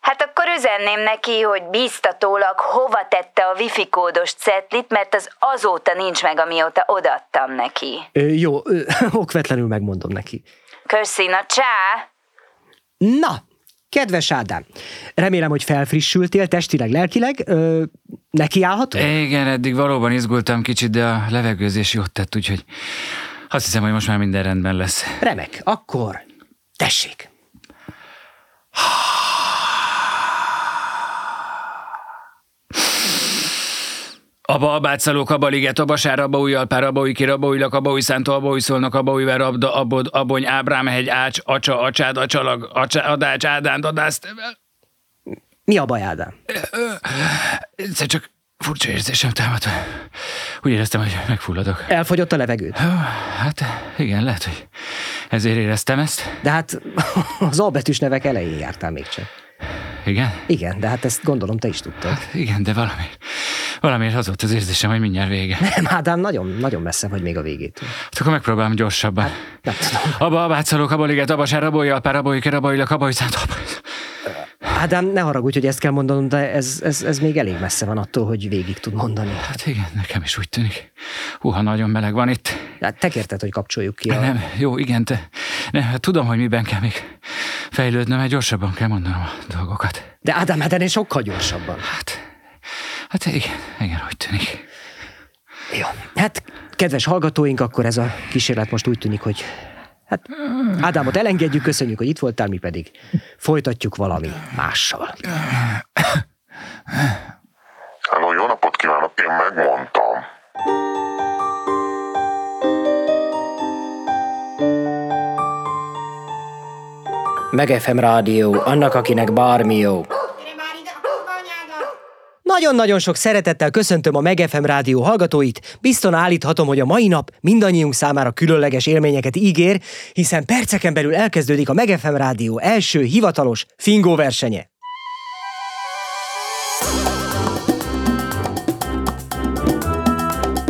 Hát akkor üzenném neki, hogy biztatólag hova tette a wifi kódos cetlit, mert az azóta nincs meg, amióta odaadtam neki.
Ö, jó, ö, (laughs) okvetlenül megmondom neki.
Köszina, csá!
Na, kedves Ádám, remélem, hogy felfrissültél testileg, lelkileg. Ö, nekiállhatunk?
Igen, eddig valóban izgultam kicsit, de a levegőzés jót tett, úgyhogy azt hiszem, hogy most már minden rendben lesz.
Remek, akkor Tessék!
Aba, abátszalók, aba, liget, aba, sár, aba, új, alpár, aba, új, kir, aba, új, lak, aba, új, szántó, aba, új, szolnok, aba, új, ver, abda, abod, abony, ábrámhegy, ács, acsa, acsád, acsalag, acsa, adács, ádánt, adászt.
Mi a baj, Ádám?
Egyszer csak furcsa érzésem támadt. Úgy éreztem, hogy megfulladok.
Elfogyott a levegőd?
Hát igen, lehet, hogy ezért éreztem ezt.
De hát (laughs) az albetűs nevek elején jártál még csak.
Igen?
Igen, de hát ezt gondolom te is tudtad. Hát
igen, de valamiért, valamiért az volt az érzésem, hogy mindjárt vége.
Nem, Ádám, nagyon, nagyon messze vagy még a végétől.
Hát akkor megpróbálom gyorsabban. Hát,
nem tudom.
Abba, abátszalók, abba, liget, abba, sár, abba, alpár, abba, iker, abba, ilak, abba, iszánt, abba.
Ádám, ne haragudj, hogy ezt kell mondanom, de ez, ez, ez még elég messze van attól, hogy végig tud mondani.
Hát igen, nekem is úgy tűnik. Húha, nagyon meleg van itt.
Hát te kérted, hogy kapcsoljuk ki a...
Nem, jó, igen, te... Nem, hát tudom, hogy miben kell még fejlődnöm, mert gyorsabban kell mondanom a dolgokat.
De Ádám, hát ennél sokkal gyorsabban.
Hát, hát igen, igen, úgy tűnik.
Jó, hát kedves hallgatóink, akkor ez a kísérlet most úgy tűnik, hogy Hát Ádámot elengedjük, köszönjük, hogy itt voltál, mi pedig folytatjuk valami mással.
Háló, jó napot kívánok, én megmondtam.
Meg FM Rádió, annak, akinek bármi jó.
Nagyon-nagyon sok szeretettel köszöntöm a Megefem rádió hallgatóit. Bizton állíthatom, hogy a mai nap mindannyiunk számára különleges élményeket ígér, hiszen perceken belül elkezdődik a Megefem rádió első hivatalos fingó versenye.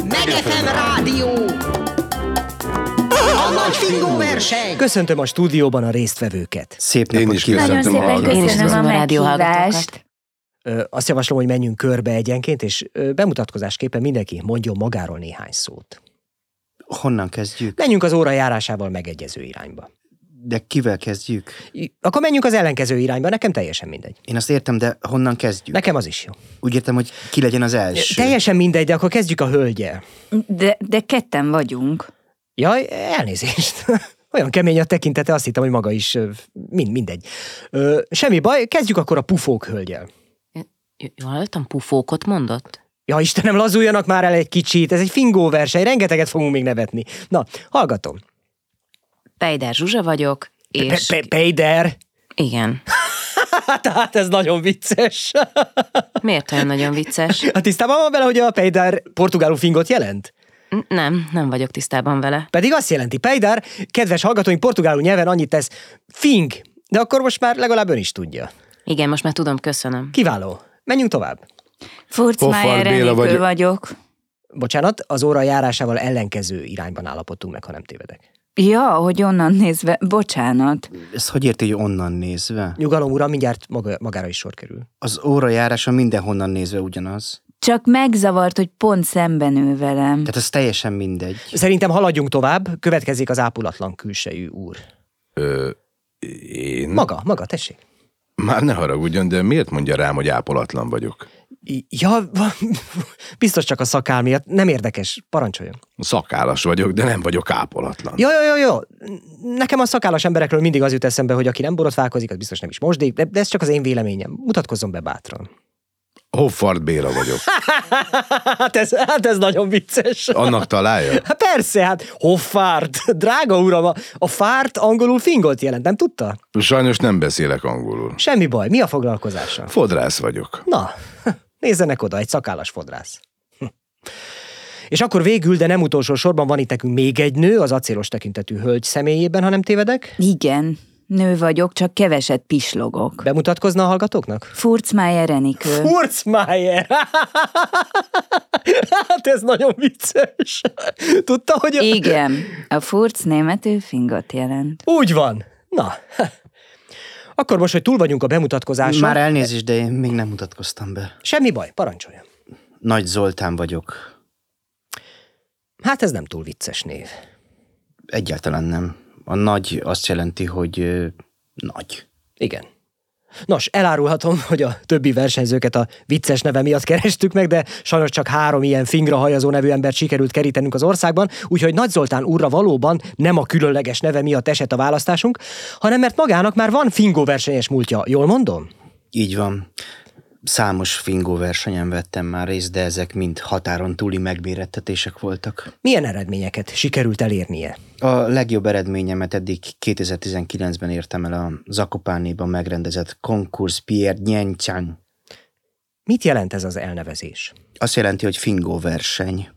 Megefem rádió! A nagy fingó verseny!
Köszöntöm a stúdióban a résztvevőket.
Szép napot Én is
Nagyon szépen köszönöm a meghívást.
Ö, azt javaslom, hogy menjünk körbe egyenként, és ö, bemutatkozásképpen mindenki mondjon magáról néhány szót.
Honnan kezdjük?
Menjünk az óra járásával megegyező irányba.
De kivel kezdjük?
I- Akkor menjünk az ellenkező irányba, nekem teljesen mindegy.
Én azt értem, de honnan kezdjük?
Nekem az is jó.
Úgy értem, hogy ki legyen az első.
Teljesen mindegy, de akkor kezdjük a hölgyel.
De, de ketten vagyunk.
Jaj, elnézést. (laughs) Olyan kemény a tekintete, azt hittem, hogy maga is ö, mind, mindegy. Ö, semmi baj, kezdjük akkor a pufók hölgyel.
J- Jól hallottam, pufókot mondott?
Ja, Istenem, lazuljanak már el egy kicsit, ez egy fingó verseny, rengeteget fogunk még nevetni. Na, hallgatom.
Pejder Zsuzsa vagyok, és...
Pe- pe- Pejder! (laughs)
Igen.
Hát, hát ez nagyon vicces.
Miért olyan nagyon vicces?
A tisztában van vele, hogy a Pejder portugálul fingot jelent?
N- Nem, nem vagyok tisztában vele.
Pedig azt jelenti, Pejder, kedves hallgatóink, portugálul nyelven annyit tesz, fing, de akkor most már legalább ön is tudja.
Igen, most már tudom, köszönöm.
Kiváló. Menjünk tovább.
Furcmájer Enikő vagyok. vagyok.
Bocsánat, az óra járásával ellenkező irányban állapodtunk meg, ha nem tévedek.
Ja, hogy onnan nézve, bocsánat.
Ez hogy érti, hogy onnan nézve?
Nyugalom, uram, mindjárt maga, magára is sor kerül.
Az órajárása mindenhonnan nézve ugyanaz.
Csak megzavart, hogy pont szemben ül velem.
Tehát az teljesen mindegy.
Szerintem haladjunk tovább, következik az ápolatlan külsejű úr.
Ö, én?
Maga, maga, tessék.
Már ne haragudjon, de miért mondja rám, hogy ápolatlan vagyok?
I- Ja, biztos csak a szakál miatt, nem érdekes, parancsoljon.
Szakállas vagyok, de nem vagyok ápolatlan.
Jó, jó, jó, jó. Nekem a szakállas emberekről mindig az jut eszembe, hogy aki nem borotválkozik, az biztos nem is mosdik, de, de ez csak az én véleményem. Mutatkozzon be bátran.
Hoffart Béla vagyok.
Hát ez, hát ez nagyon vicces.
Annak találja?
Hát persze, hát hoffárt. Drága uram, a, a fárt angolul fingot jelent, nem tudta?
Sajnos nem beszélek angolul.
Semmi baj, mi a foglalkozása?
Fodrász vagyok.
Na, (laughs) nézzenek oda, egy szakállas fodrász. Hm. És akkor végül, de nem utolsó sorban van itt nekünk még egy nő, az acélos tekintetű hölgy személyében, ha nem tévedek.
Igen, nő vagyok, csak keveset pislogok.
Bemutatkozna a hallgatóknak?
Furcmájer Enikő.
Furzmaier! (laughs) Hát ez nagyon vicces. Tudta, hogy...
Igen, a furc németül fingot jelent.
Úgy van. Na, (laughs) akkor most, hogy túl vagyunk a bemutatkozáson...
Már elnézést, de én még nem mutatkoztam be.
Semmi baj, parancsoljon.
Nagy Zoltán vagyok.
Hát ez nem túl vicces név.
Egyáltalán nem. A nagy azt jelenti, hogy ö, nagy.
Igen. Nos, elárulhatom, hogy a többi versenyzőket a vicces neve miatt kerestük meg, de sajnos csak három ilyen fingra hajazó nevű embert sikerült kerítenünk az országban, úgyhogy Nagy Zoltán úrra valóban nem a különleges neve miatt esett a választásunk, hanem mert magának már van fingó versenyes múltja, jól mondom?
Így van. Számos fingó versenyen vettem már részt, de ezek mind határon túli megbérettetések voltak.
Milyen eredményeket sikerült elérnie?
A legjobb eredményemet eddig 2019-ben értem el a Zakopánéban megrendezett konkurs Pierre Nyenchan.
Mit jelent ez az elnevezés?
Azt jelenti, hogy fingó verseny.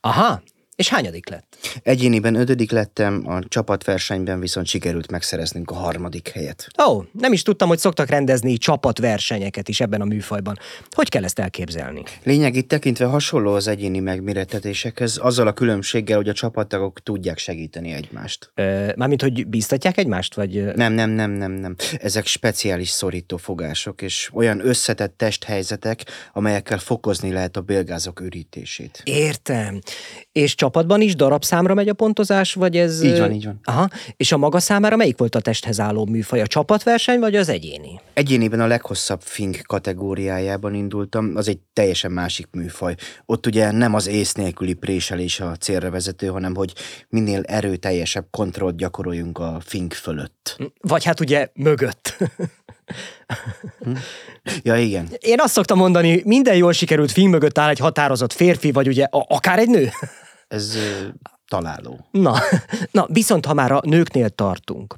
Aha, és hányadik lett?
Egyéniben ötödik lettem, a csapatversenyben viszont sikerült megszereznünk a harmadik helyet.
Ó, oh, nem is tudtam, hogy szoktak rendezni csapatversenyeket is ebben a műfajban. Hogy kell ezt elképzelni?
Lényegét tekintve hasonló az egyéni megmérettetésekhez, azzal a különbséggel, hogy a csapattagok tudják segíteni egymást.
Ö, mármint, hogy bíztatják egymást, vagy... ö,
Nem, nem, nem, nem, nem. Ezek speciális szorítófogások, és olyan összetett testhelyzetek, amelyekkel fokozni lehet a bélgázok ürítését.
Értem. És csapatban is darabszámra megy a pontozás, vagy ez...
Így van, így van.
Aha. És a maga számára melyik volt a testhez álló műfaj? A csapatverseny, vagy az egyéni?
Egyéniben a leghosszabb fing kategóriájában indultam, az egy teljesen másik műfaj. Ott ugye nem az ész nélküli préselés a célra vezető, hanem hogy minél erőteljesebb kontrollt gyakoroljunk a fing fölött.
Vagy hát ugye mögött. (laughs)
Ja igen,
Én azt szoktam mondani, minden jól sikerült film mögött áll egy határozott férfi, vagy ugye a- akár egy nő. (laughs)
ez ö, találó.
Na, (laughs) na, viszont ha már a nőknél tartunk.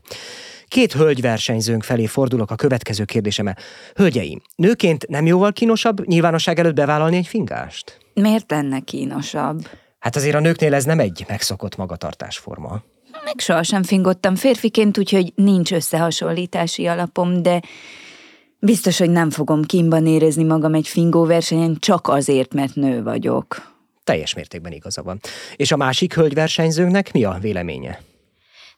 Két hölgyversenyzőnk felé fordulok a következő kérdésemmel. Hölgyeim, nőként nem jóval kínosabb nyilvánosság előtt bevállalni egy fingást?
Miért lenne kínosabb?
Hát azért a nőknél ez nem egy megszokott magatartásforma.
Meg sohasem fingottam férfiként, úgyhogy nincs összehasonlítási alapom, de biztos, hogy nem fogom kínban érezni magam egy fingó versenyen csak azért, mert nő vagyok.
Teljes mértékben igaza van. És a másik hölgyversenyzőnknek mi a véleménye?
(laughs)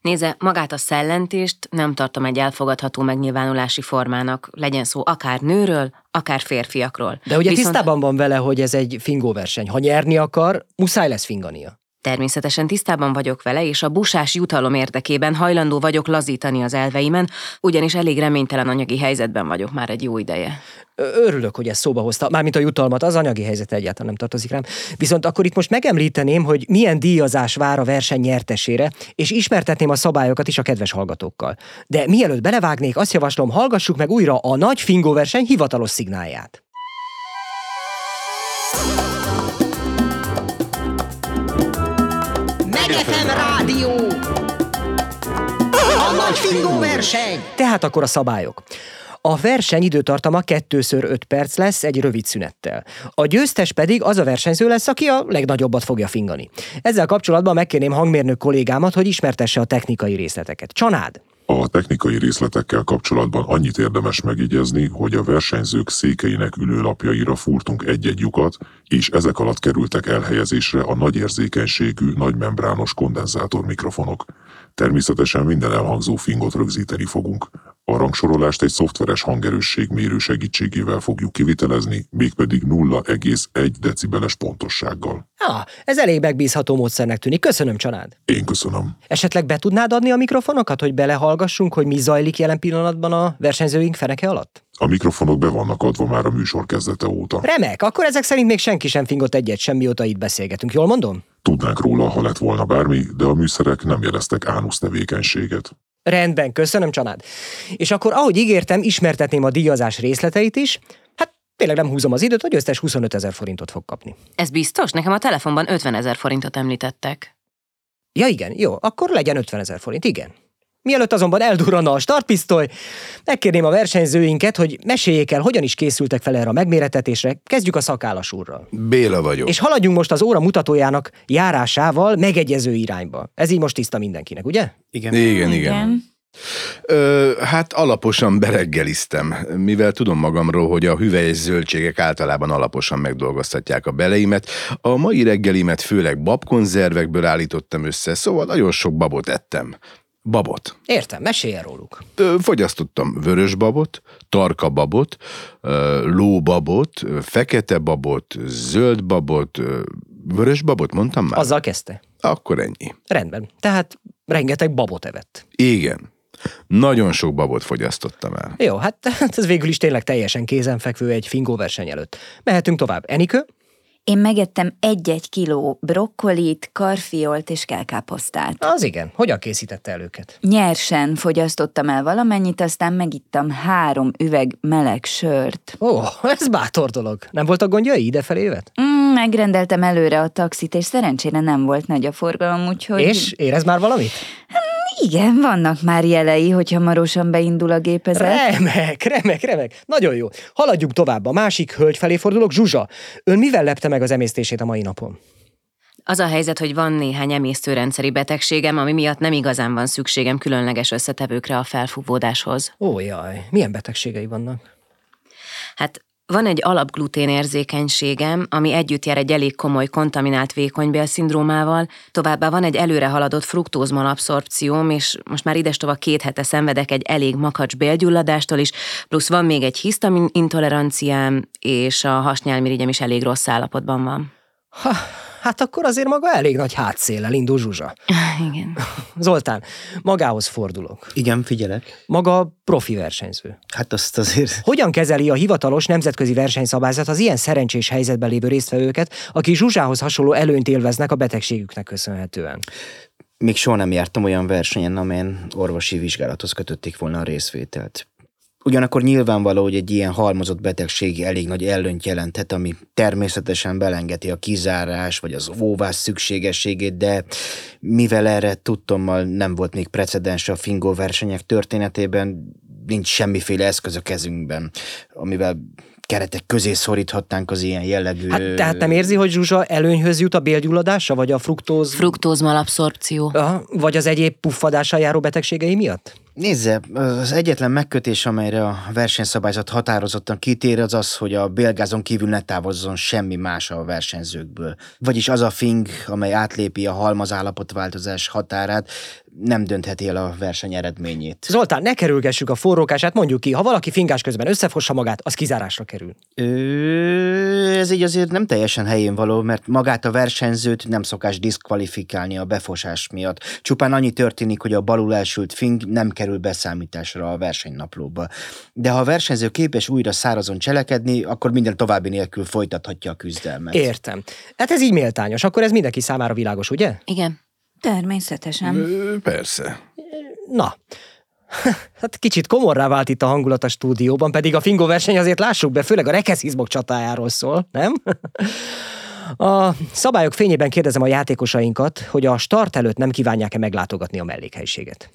Nézze, magát a szellentést nem tartom egy elfogadható megnyilvánulási formának, legyen szó akár nőről, akár férfiakról.
De ugye
Viszont-
Viszont... tisztában van vele, hogy ez egy fingóverseny. Ha nyerni akar, muszáj lesz fingania.
Természetesen tisztában vagyok vele, és a busás jutalom érdekében hajlandó vagyok lazítani az elveimen, ugyanis elég reménytelen anyagi helyzetben vagyok már egy jó ideje.
Ö- Örülök, hogy ezt szóba hozta, mármint a jutalmat, az anyagi helyzet egyáltalán nem tartozik rám. Viszont akkor itt most megemlíteném, hogy milyen díjazás vár a verseny nyertesére, és ismertetném a szabályokat is a kedves hallgatókkal. De mielőtt belevágnék, azt javaslom, hallgassuk meg újra a nagy fingóverseny hivatalos szignálját.
Megefem rádió! A nagy fingó verseny!
Tehát akkor a szabályok. A verseny időtartama 2x5 perc lesz egy rövid szünettel. A győztes pedig az a versenyző lesz, aki a legnagyobbat fogja fingani. Ezzel kapcsolatban megkérném hangmérnök kollégámat, hogy ismertesse a technikai részleteket. Csanád!
A technikai részletekkel kapcsolatban annyit érdemes megjegyezni, hogy a versenyzők székeinek ülőlapjaira fúrtunk egy-egy lyukat, és ezek alatt kerültek elhelyezésre a nagy érzékenységű, nagy membrános kondenzátor mikrofonok. Természetesen minden elhangzó fingot rögzíteni fogunk. A rangsorolást egy szoftveres hangerősségmérő segítségével fogjuk kivitelezni, mégpedig 0,1 decibeles pontossággal.
Ah, ez elég megbízható módszernek tűnik. Köszönöm, Csanád.
Én köszönöm.
Esetleg be tudnád adni a mikrofonokat, hogy belehallgassunk, hogy mi zajlik jelen pillanatban a versenyzőink feneke alatt?
A mikrofonok be vannak adva már a műsor kezdete óta.
Remek, akkor ezek szerint még senki sem fingott egyet sem, mióta itt beszélgetünk. Jól mondom?
Tudnánk róla, ha lett volna bármi, de a műszerek nem jeleztek ánusz tevékenységet.
Rendben, köszönöm, Csanád. És akkor, ahogy ígértem, ismertetném a díjazás részleteit is. Hát tényleg nem húzom az időt, a győztes 25 ezer forintot fog kapni.
Ez biztos? Nekem a telefonban 50 ezer forintot említettek.
Ja igen, jó, akkor legyen 50 ezer forint, igen. Mielőtt azonban eldurrana a startpisztoly, megkérném a versenyzőinket, hogy meséljék el, hogyan is készültek fel erre a megméretetésre. Kezdjük a szakállas úrral.
Béla vagyok.
És haladjunk most az óra mutatójának járásával megegyező irányba. Ez így most tiszta mindenkinek, ugye?
Igen, igen. igen. Ö, hát alaposan bereggeliztem, mivel tudom magamról, hogy a hüvelyes zöldségek általában alaposan megdolgoztatják a beleimet. A mai reggelimet főleg babkonzervekből állítottam össze, szóval nagyon sok babot ettem. Babot.
Értem, meséljen róluk.
Ö, Fogyasztottam vörös babot, tarka babot, ö, lóbabot, ö, fekete babot, zöld babot, ö, vörös babot mondtam már?
Azzal kezdte.
Akkor ennyi.
Rendben. Tehát rengeteg babot evett.
Igen. Nagyon sok babot fogyasztottam el.
Jó, hát (laughs) ez végül is tényleg teljesen kézenfekvő egy fingó verseny előtt. Mehetünk tovább. Enikő?
Én megettem egy-egy kiló brokkolit, karfiolt és kelkáposztát.
Az igen. Hogyan készítette el őket?
Nyersen fogyasztottam el valamennyit, aztán megittam három üveg meleg sört.
Ó, ez bátor dolog. Nem voltak gondjai idefelé jövet?
Mm, megrendeltem előre a taxit, és szerencsére nem volt nagy a forgalom, úgyhogy...
És? Érez már valamit?
Igen, vannak már jelei, hogy hamarosan beindul a gépezet.
Remek, remek, remek. Nagyon jó. Haladjunk tovább. A másik hölgy felé fordulok. Zsuzsa, ön mivel lepte meg az emésztését a mai napon?
Az a helyzet, hogy van néhány emésztőrendszeri betegségem, ami miatt nem igazán van szükségem különleges összetevőkre a felfúvódáshoz.
Ó, jaj. Milyen betegségei vannak?
Hát van egy alapgluténérzékenységem, ami együtt jár egy elég komoly kontaminált vékonybél szindrómával, továbbá van egy előre haladott fruktózmalabszorpcióm, és most már idestova két hete szenvedek egy elég makacs bélgyulladástól is, plusz van még egy hisztamin intoleranciám, és a hasnyálmirigyem is elég rossz állapotban van.
Ha, hát akkor azért maga elég nagy hátszéllel indul Zsuzsa.
(laughs) Igen.
Zoltán, magához fordulok.
Igen, figyelek.
Maga profi versenyző.
Hát azt azért...
Hogyan kezeli a hivatalos nemzetközi versenyszabályzat az ilyen szerencsés helyzetben lévő résztvevőket, akik Zsuzsához hasonló előnyt élveznek a betegségüknek köszönhetően?
Még soha nem jártam olyan versenyen, amelyen orvosi vizsgálathoz kötötték volna a részvételt. Ugyanakkor nyilvánvaló, hogy egy ilyen halmozott betegség elég nagy előnyt jelenthet, ami természetesen belengeti a kizárás vagy az óvás szükségességét, de mivel erre tudtommal nem volt még precedens a fingó versenyek történetében, nincs semmiféle eszköz a kezünkben, amivel keretek közé szoríthatnánk az ilyen jellegű...
Hát tehát nem érzi, hogy Zsuzsa előnyhöz jut a bélgyulladása, vagy a fruktóz...
Fruktózmalabszorpció.
Aha, vagy az egyéb puffadással járó betegségei miatt?
Nézze, az egyetlen megkötés, amelyre a versenyszabályzat határozottan kitér, az az, hogy a bélgázon kívül ne távozzon semmi más a versenyzőkből. Vagyis az a fing, amely átlépi a halmaz állapotváltozás határát, nem döntheti el a verseny eredményét.
Zoltán, ne kerülgessük a forrókását, mondjuk ki, ha valaki fingás közben összefossa magát, az kizárásra kerül.
Ö, ez így azért nem teljesen helyén való, mert magát a versenyzőt nem szokás diszkvalifikálni a befosás miatt. Csupán annyi történik, hogy a balul elsült fing nem kerül beszámításra a versenynaplóba. De ha a versenyző képes újra szárazon cselekedni, akkor minden további nélkül folytathatja a küzdelmet.
Értem. Hát ez így méltányos, akkor ez mindenki számára világos, ugye?
Igen.
Természetesen.
Ö, persze.
Na, (laughs) Hát kicsit komorrá vált itt a hangulat a stúdióban, pedig a fingó verseny azért lássuk be, főleg a rekeszizmok csatájáról szól, nem? (laughs) A szabályok fényében kérdezem a játékosainkat, hogy a start előtt nem kívánják-e meglátogatni a mellékhelyiséget.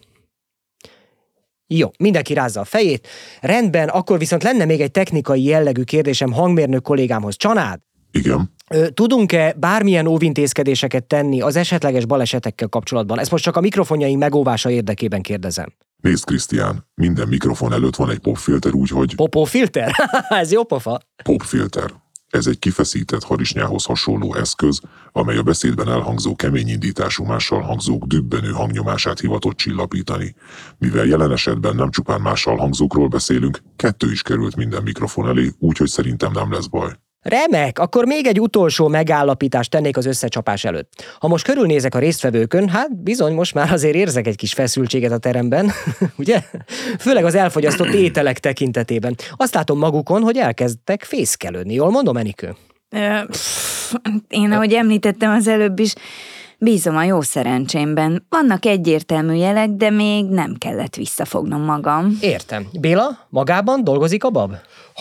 Jó, mindenki rázza a fejét. Rendben, akkor viszont lenne még egy technikai jellegű kérdésem hangmérnök kollégámhoz. Csanád?
Igen.
Tudunk-e bármilyen óvintézkedéseket tenni az esetleges balesetekkel kapcsolatban? Ezt most csak a mikrofonjaink megóvása érdekében kérdezem. (laughs)
Nézd, Krisztián, minden mikrofon előtt van egy popfilter, úgyhogy...
Popófilter? Ez jó pofa.
Popfilter. Ez egy kifeszített harisnyához hasonló eszköz, amely a beszédben elhangzó kemény indítású mással hangzók dübbenő hangnyomását hivatott csillapítani. Mivel jelen esetben nem csupán mással hangzókról beszélünk, kettő is került minden mikrofon elé, úgyhogy szerintem nem lesz baj.
Remek, akkor még egy utolsó megállapítást tennék az összecsapás előtt. Ha most körülnézek a résztvevőkön, hát bizony most már azért érzek egy kis feszültséget a teremben, (laughs) ugye? Főleg az elfogyasztott ételek tekintetében. Azt látom magukon, hogy elkezdtek fészkelődni. Jól mondom, Enikő?
Ö, pff, Én, ahogy említettem az előbb is, bízom a jó szerencsémben. Vannak egyértelmű jelek, de még nem kellett visszafognom magam.
Értem. Béla, magában dolgozik a bab?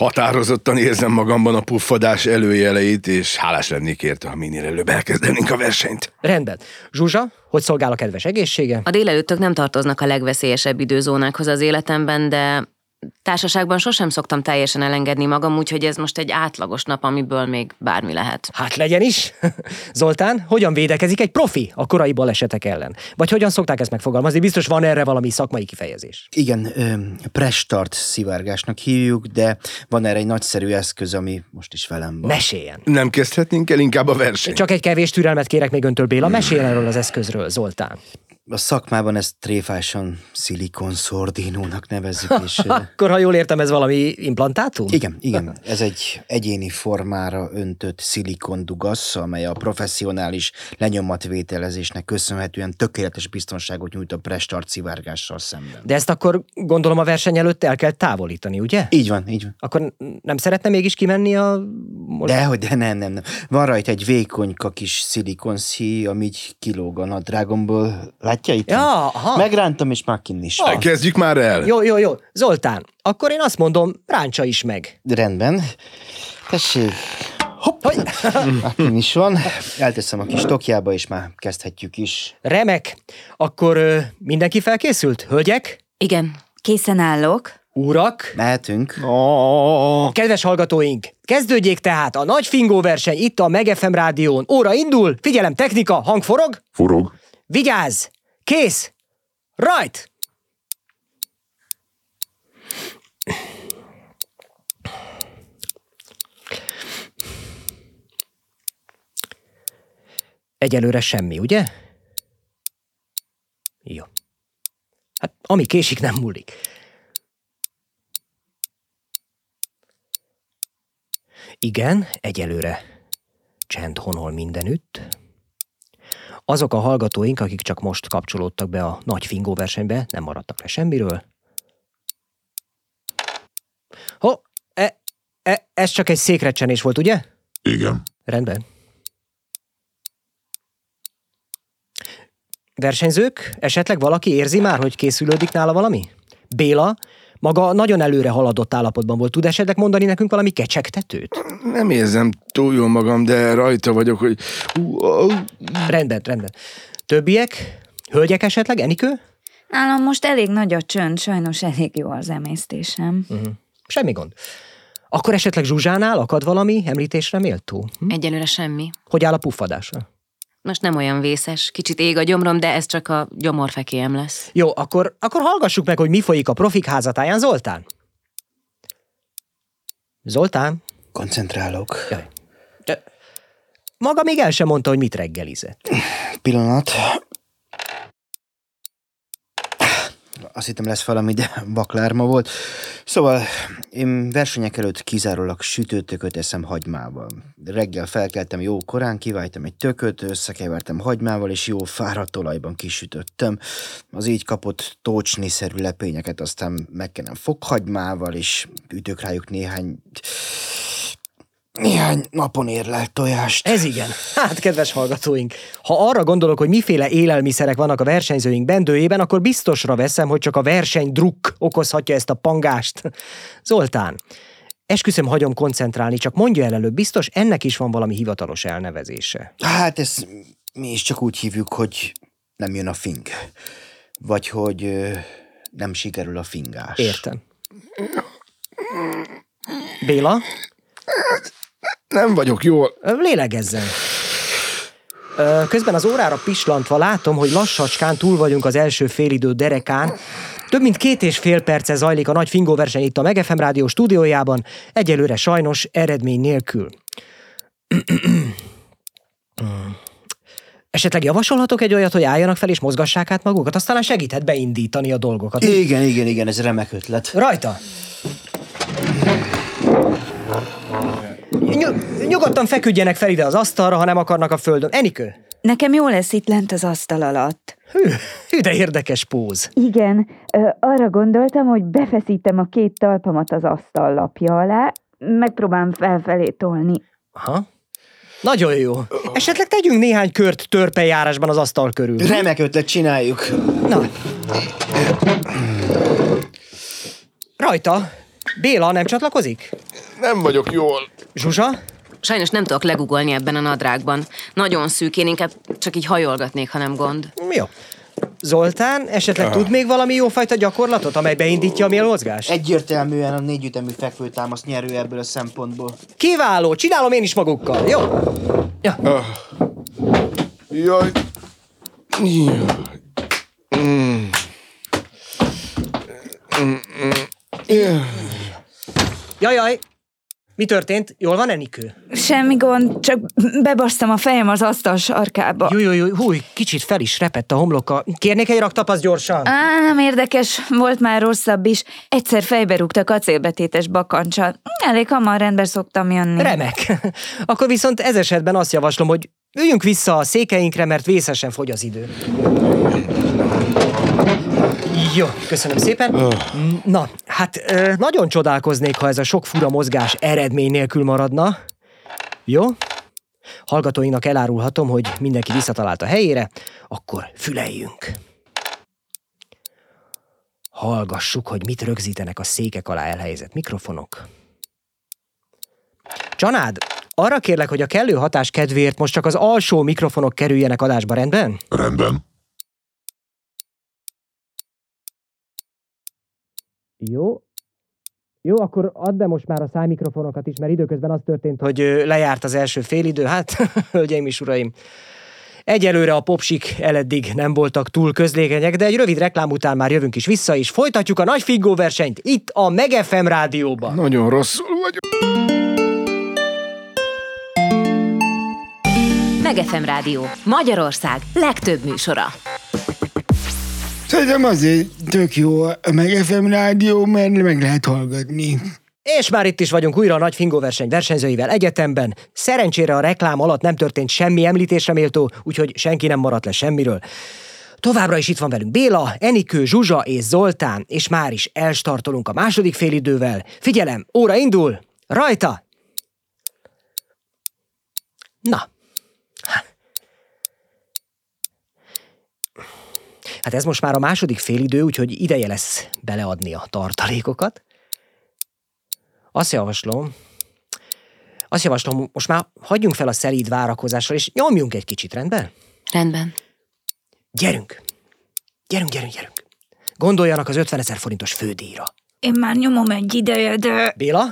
Határozottan érzem magamban a puffadás előjeleit, és hálás lennék érte, ha minél előbb elkezdenénk a versenyt.
Rendben. Zsuzsa, hogy szolgál a kedves egészsége?
A délelőttök nem tartoznak a legveszélyesebb időzónákhoz az életemben, de társaságban sosem szoktam teljesen elengedni magam, úgyhogy ez most egy átlagos nap, amiből még bármi lehet.
Hát legyen is. (laughs) Zoltán, hogyan védekezik egy profi a korai balesetek ellen? Vagy hogyan szokták ezt megfogalmazni? Biztos van erre valami szakmai kifejezés.
Igen, ö, prestart szivárgásnak hívjuk, de van erre egy nagyszerű eszköz, ami most is velem van.
Meséljen.
Nem kezdhetnénk el inkább a versenyt?
Csak egy kevés türelmet kérek még öntől, Béla. Mesélj erről az eszközről, Zoltán.
A szakmában ezt tréfásan szilikonszordinónak
(laughs)
nevezzük, és...
Akkor, ha jól értem, ez valami implantátum?
Igen, igen. Ez egy egyéni formára öntött szilikondugasz, amely a professzionális lenyomatvételezésnek köszönhetően tökéletes biztonságot nyújt a prestart szivárgással szemben.
De ezt akkor gondolom a verseny előtt el kell távolítani, ugye?
Így van, így van.
Akkor nem szeretne mégis kimenni a...
Most... Dehogy, de nem, nem, nem. Van rajta egy vékonyka kis szilikonszí, ami így kilóg a nadrágomból. Látja itt?
Ja, aha.
Megrántam, és már kinn is.
Ah. Kezdjük már el!
Jó, jó, jó. Zoltán, akkor én azt mondom, ráncsa is meg.
Rendben. Tessék. Hopp, hogy?
(laughs)
Már kinn is van. Elteszem a kis tokjába, és már kezdhetjük is.
Remek. Akkor ö, mindenki felkészült? Hölgyek?
Igen.
Készen állok.
Urak?
Mehetünk.
Oh. Kedves hallgatóink, kezdődjék tehát a nagy fingó verseny itt a Megefem rádión. Óra indul, figyelem, technika, hang forog?
Forog.
Vigyázz! Kész! Rajt! Egyelőre semmi, ugye? Jó. Hát ami késik, nem múlik. Igen, egyelőre csend honol mindenütt. Azok a hallgatóink, akik csak most kapcsolódtak be a nagy fingó versenybe, nem maradtak le semmiről. Ho, e, e, ez csak egy székrecsenés volt, ugye?
Igen.
Rendben. Versenyzők, esetleg valaki érzi már, hogy készülődik nála valami? Béla, maga nagyon előre haladott állapotban volt. Tud esetleg mondani nekünk valami kecsegtetőt?
Nem érzem túl jól magam, de rajta vagyok, hogy...
Rendben, rendben. Többiek? Hölgyek esetleg? Enikő?
Nálam most elég nagy a csönd, sajnos elég jó az emésztésem.
Uh-huh. Semmi gond. Akkor esetleg Zsuzsánál akad valami említésre méltó?
Hm? Egyelőre semmi.
Hogy áll a puffadásra?
Most nem olyan vészes, kicsit ég a gyomrom, de ez csak a gyomorfekélyem lesz.
Jó, akkor, akkor hallgassuk meg, hogy mi folyik a profik házatáján, Zoltán. Zoltán?
Koncentrálok.
Jaj. De maga még el sem mondta, hogy mit reggelizett.
Pillanat. Azt hittem lesz valami, de baklárma volt. Szóval én versenyek előtt kizárólag sütőtököt eszem hagymával. Reggel felkeltem jó korán, kiváltam egy tököt, összekevertem hagymával, és jó fáradt olajban kisütöttem. Az így kapott tócsniszerű lepényeket aztán megkenem fokhagymával, és ütök rájuk néhány néhány napon érlelt tojást.
Ez igen. Hát, kedves hallgatóink, ha arra gondolok, hogy miféle élelmiszerek vannak a versenyzőink bendőjében, akkor biztosra veszem, hogy csak a verseny drukk okozhatja ezt a pangást. Zoltán, esküszöm hagyom koncentrálni, csak mondja el előbb, biztos ennek is van valami hivatalos elnevezése.
Hát ezt mi is csak úgy hívjuk, hogy nem jön a fing. Vagy hogy ö, nem sikerül a fingás.
Értem. Béla?
Nem vagyok jól.
Lélegezzen. Közben az órára pislantva látom, hogy lassacskán túl vagyunk az első félidő derekán. Több mint két és fél perce zajlik a nagy fingóverseny itt a Megefem Rádió stúdiójában, egyelőre sajnos eredmény nélkül. (clears throat) Esetleg javasolhatok egy olyat, hogy álljanak fel és mozgassák át magukat, aztán segíthet beindítani a dolgokat.
Igen, igen, igen, ez remek ötlet.
Rajta! Nyug- nyugodtan feküdjenek fel ide az asztalra, ha nem akarnak a földön. Enikő?
Nekem jó lesz itt lent az asztal alatt.
Hű, hű de érdekes póz.
Igen, ö, arra gondoltam, hogy befeszítem a két talpamat az asztal lapja alá, megpróbálom felfelé tolni.
Aha. Nagyon jó. Esetleg tegyünk néhány kört törpejárásban az asztal körül.
Remek ötlet, csináljuk.
Na. Rajta. Béla nem csatlakozik?
Nem vagyok jól.
Zsuzsa?
Sajnos nem tudok legugolni ebben a nadrágban. Nagyon szűk, én inkább csak így hajolgatnék, ha nem gond.
Jó. Zoltán, esetleg tud még valami jófajta gyakorlatot, amely beindítja a mozgást?
Egyértelműen a négyütemű fekvőtámasz nyerő ebből a szempontból.
Kiváló, csinálom én is magukkal, jó? Ja.
Ah. Jaj. Jaj. Mm. Mm. Mm.
Jajaj, Mi történt? Jól van, Enikő?
Semmi gond, csak bebasztam a fejem az asztal sarkába.
Jó, jó, jó, húj, kicsit fel is repett a homloka. Kérnék egy raktapasz gyorsan?
Á, nem érdekes, volt már rosszabb is. Egyszer fejbe rúgtak acélbetétes bakancsal. Elég hamar rendbe szoktam jönni.
Remek. Akkor viszont ez esetben azt javaslom, hogy üljünk vissza a székeinkre, mert vészesen fogy az idő. Jó, köszönöm szépen. Na, hát ö, nagyon csodálkoznék, ha ez a sok fura mozgás eredmény nélkül maradna. Jó? Hallgatóinak elárulhatom, hogy mindenki visszatalált a helyére, akkor füleljünk. Hallgassuk, hogy mit rögzítenek a székek alá elhelyezett mikrofonok. Csanád, arra kérlek, hogy a kellő hatás kedvéért most csak az alsó mikrofonok kerüljenek adásba, rendben?
Rendben.
Jó. Jó, akkor add be most már a szájmikrofonokat is, mert időközben az történt, hogy ö, lejárt az első félidő. Hát, (laughs) hölgyeim és uraim, egyelőre a popsik eleddig nem voltak túl közlékenyek, de egy rövid reklám után már jövünk is vissza, és folytatjuk a nagy figgó versenyt itt a Megefem rádióban.
Nagyon rosszul vagyok.
Megefem rádió. Magyarország legtöbb műsora.
Szerintem azért tök jó a meg FM rádió, mert meg lehet hallgatni.
És már itt is vagyunk újra a nagy fingóverseny versenyzőivel egyetemben. Szerencsére a reklám alatt nem történt semmi említésre méltó, úgyhogy senki nem maradt le semmiről. Továbbra is itt van velünk Béla, Enikő, Zsuzsa és Zoltán, és már is elstartolunk a második félidővel. Figyelem, óra indul, rajta! Na, Hát ez most már a második félidő, úgyhogy ideje lesz beleadni a tartalékokat. Azt javaslom, azt javaslom, most már hagyjunk fel a szelíd várakozással, és nyomjunk egy kicsit, rendben?
Rendben.
Gyerünk! Gyerünk, gyerünk, gyerünk! Gondoljanak az 50 ezer forintos fődíjra.
Én már nyomom egy ideje, de...
Béla?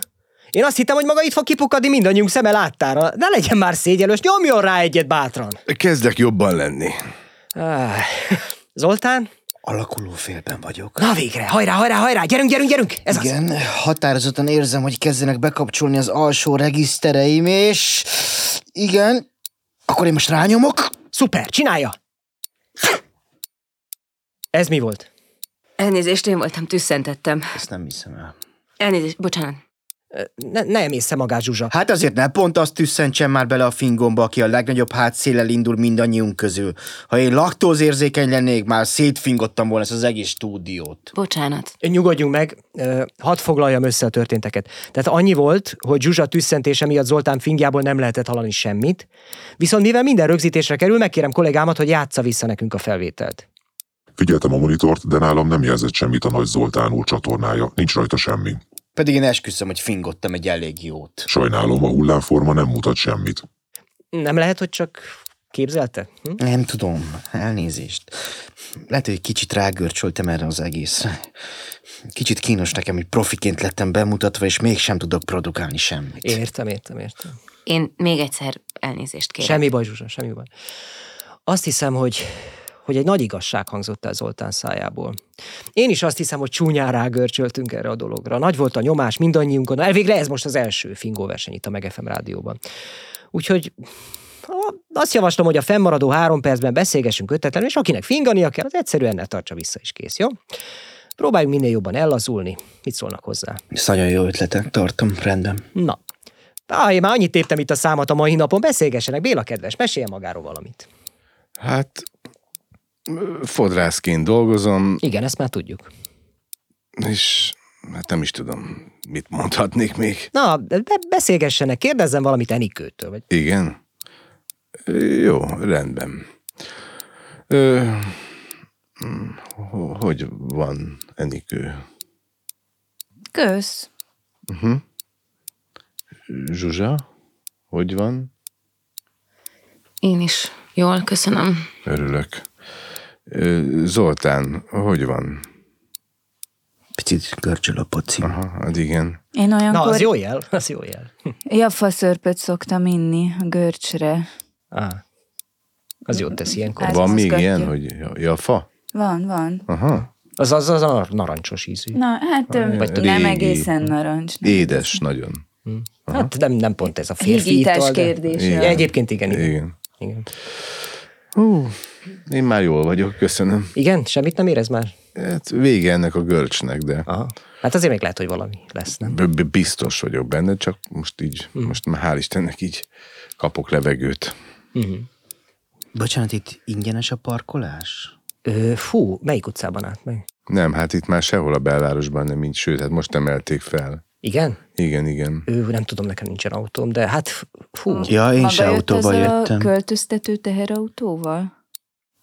Én azt hittem, hogy maga itt fog kipukadni mindannyiunk szeme láttára. Ne legyen már szégyelős, nyomjon rá egyet bátran!
Kezdek jobban lenni.
Ah. Zoltán?
Alakuló félben vagyok.
Na végre, hajrá, hajrá, hajrá, gyerünk, gyerünk, gyerünk! Ez
Igen,
az.
határozottan érzem, hogy kezdenek bekapcsolni az alsó regisztereim, és... Igen, akkor én most rányomok.
Szuper, csinálja! Ez mi volt?
Elnézést, én voltam, tüsszentettem.
Ezt nem hiszem el.
Elnézést, bocsánat.
Ne, ne emészze magát, Zsuzsa.
Hát azért ne pont azt tüsszentsen már bele a fingomba, aki a legnagyobb hátszélel indul mindannyiunk közül. Ha én laktózérzékeny lennék, már szétfingottam volna ezt az egész stúdiót.
Bocsánat.
Nyugodjunk meg, hadd foglaljam össze a történteket. Tehát annyi volt, hogy Zsuzsa tüsszentése miatt Zoltán fingjából nem lehetett hallani semmit, viszont mivel minden rögzítésre kerül, megkérem kollégámat, hogy játsza vissza nekünk a felvételt.
Figyeltem a monitort, de nálam nem jelzett semmit a nagy Zoltán úr csatornája, nincs rajta semmi.
Pedig én esküszöm, hogy fingottam egy elég jót.
Sajnálom, a hullámforma nem mutat semmit.
Nem lehet, hogy csak képzelte?
Hm? Nem tudom, elnézést. Lehet, hogy kicsit rágörcsöltem erre az egész. Kicsit kínos nekem, hogy profiként lettem bemutatva, és mégsem tudok produkálni semmit.
Értem, értem, értem.
Én még egyszer elnézést kérek.
Semmi baj, Zsuzsa, semmi baj. Azt hiszem, hogy hogy egy nagy igazság hangzott el Zoltán szájából. Én is azt hiszem, hogy csúnyán rágörcsöltünk erre a dologra. Nagy volt a nyomás mindannyiunkon. Elvégre ez most az első fingó verseny itt a Megefem rádióban. Úgyhogy azt javaslom, hogy a fennmaradó három percben beszélgessünk ötetlenül, és akinek fingania kell, az egyszerűen ne tartsa vissza is kész, jó? Próbáljunk minél jobban ellazulni. Mit szólnak hozzá?
Ez nagyon jó ötletek, tartom, rendben.
Na, Á, én már annyit téptem itt a számot a mai napon, beszélgessenek. Béla kedves, mesélje magáról valamit.
Hát fodrászként dolgozom.
Igen, ezt már tudjuk.
És hát nem is tudom, mit mondhatnék még.
Na, be- beszélgessenek, kérdezzen valamit Enikőtől. Vagy...
Igen? Jó, rendben. Ö, mm, hogy van Enikő?
Kösz.
Uh-huh. Zsuzsa, hogy van?
Én is. Jól, köszönöm.
Örülök. Zoltán, hogy van?
Picit görcsöl a poci.
Aha, hát igen.
Én olyankor...
Na, az jó jel, az jó jel.
Jaffaszörpöt szoktam inni a görcsre.
Á, ah, az jót tesz ilyenkor.
Hát, van még gardja. ilyen, hogy jaffa?
Van, van.
Aha.
Az az, az a narancsos ízű.
Na, hát ah, vagy nem egészen narancs. Nem
édes, nagyon. Hm.
Aha. Hát nem, nem pont ez a férfiítól.
de- kérdése.
Igen. Egyébként igen, igen.
igen.
igen.
Hú, én már jól vagyok, köszönöm.
Igen, semmit nem érez már?
Hát vége ennek a görcsnek, de...
Aha. Hát azért még lehet, hogy valami lesz, nem? Hmm.
B- b- Biztos vagyok benne, csak most így, most már hál' Istennek így kapok levegőt.
Uh-huh.
Bocsánat, itt ingyenes a parkolás?
Ö, fú, melyik utcában állt meg?
Nem, hát itt már sehol a belvárosban nem így, sőt, hát most emelték fel.
Igen?
Igen, igen.
Ő, nem tudom, nekem nincsen autóm, de hát fú.
Ja, én
Maga
se
jött
autóval
az
jöttem.
a költöztető teherautóval?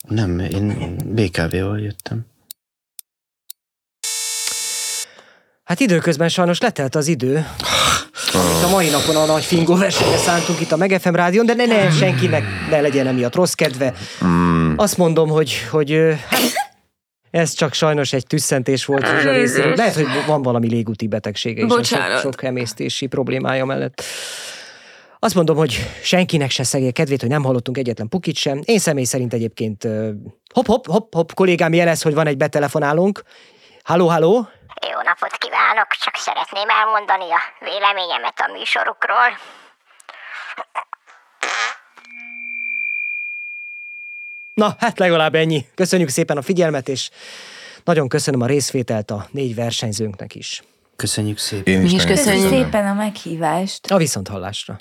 Nem, én BKV-val jöttem.
Hát időközben sajnos letelt az idő. Itt a mai napon a nagy fingó versenyre szántunk itt a Megefem rádión, de ne, ne senkinek ne legyen emiatt rossz kedve.
Mm.
Azt mondom, hogy, hogy ö, hát, ez csak sajnos egy tüsszentés volt Zsuzsa részéről. Lehet, hogy van valami légúti betegsége is. a Sok,
Bocsánat.
sok emésztési problémája mellett. Azt mondom, hogy senkinek se szegje kedvét, hogy nem hallottunk egyetlen pukit sem. Én személy szerint egyébként ö, hopp, hopp, hopp, hopp, kollégám jelez, hogy van egy betelefonálónk. Halló, halló!
Jó napot kívánok, csak szeretném elmondani a véleményemet a műsorukról.
Na, hát legalább ennyi. Köszönjük szépen a figyelmet, és nagyon köszönöm a részvételt a négy versenyzőnknek is.
Köszönjük szépen.
Én is,
Köszönjük szépen a meghívást.
A viszonthallásra.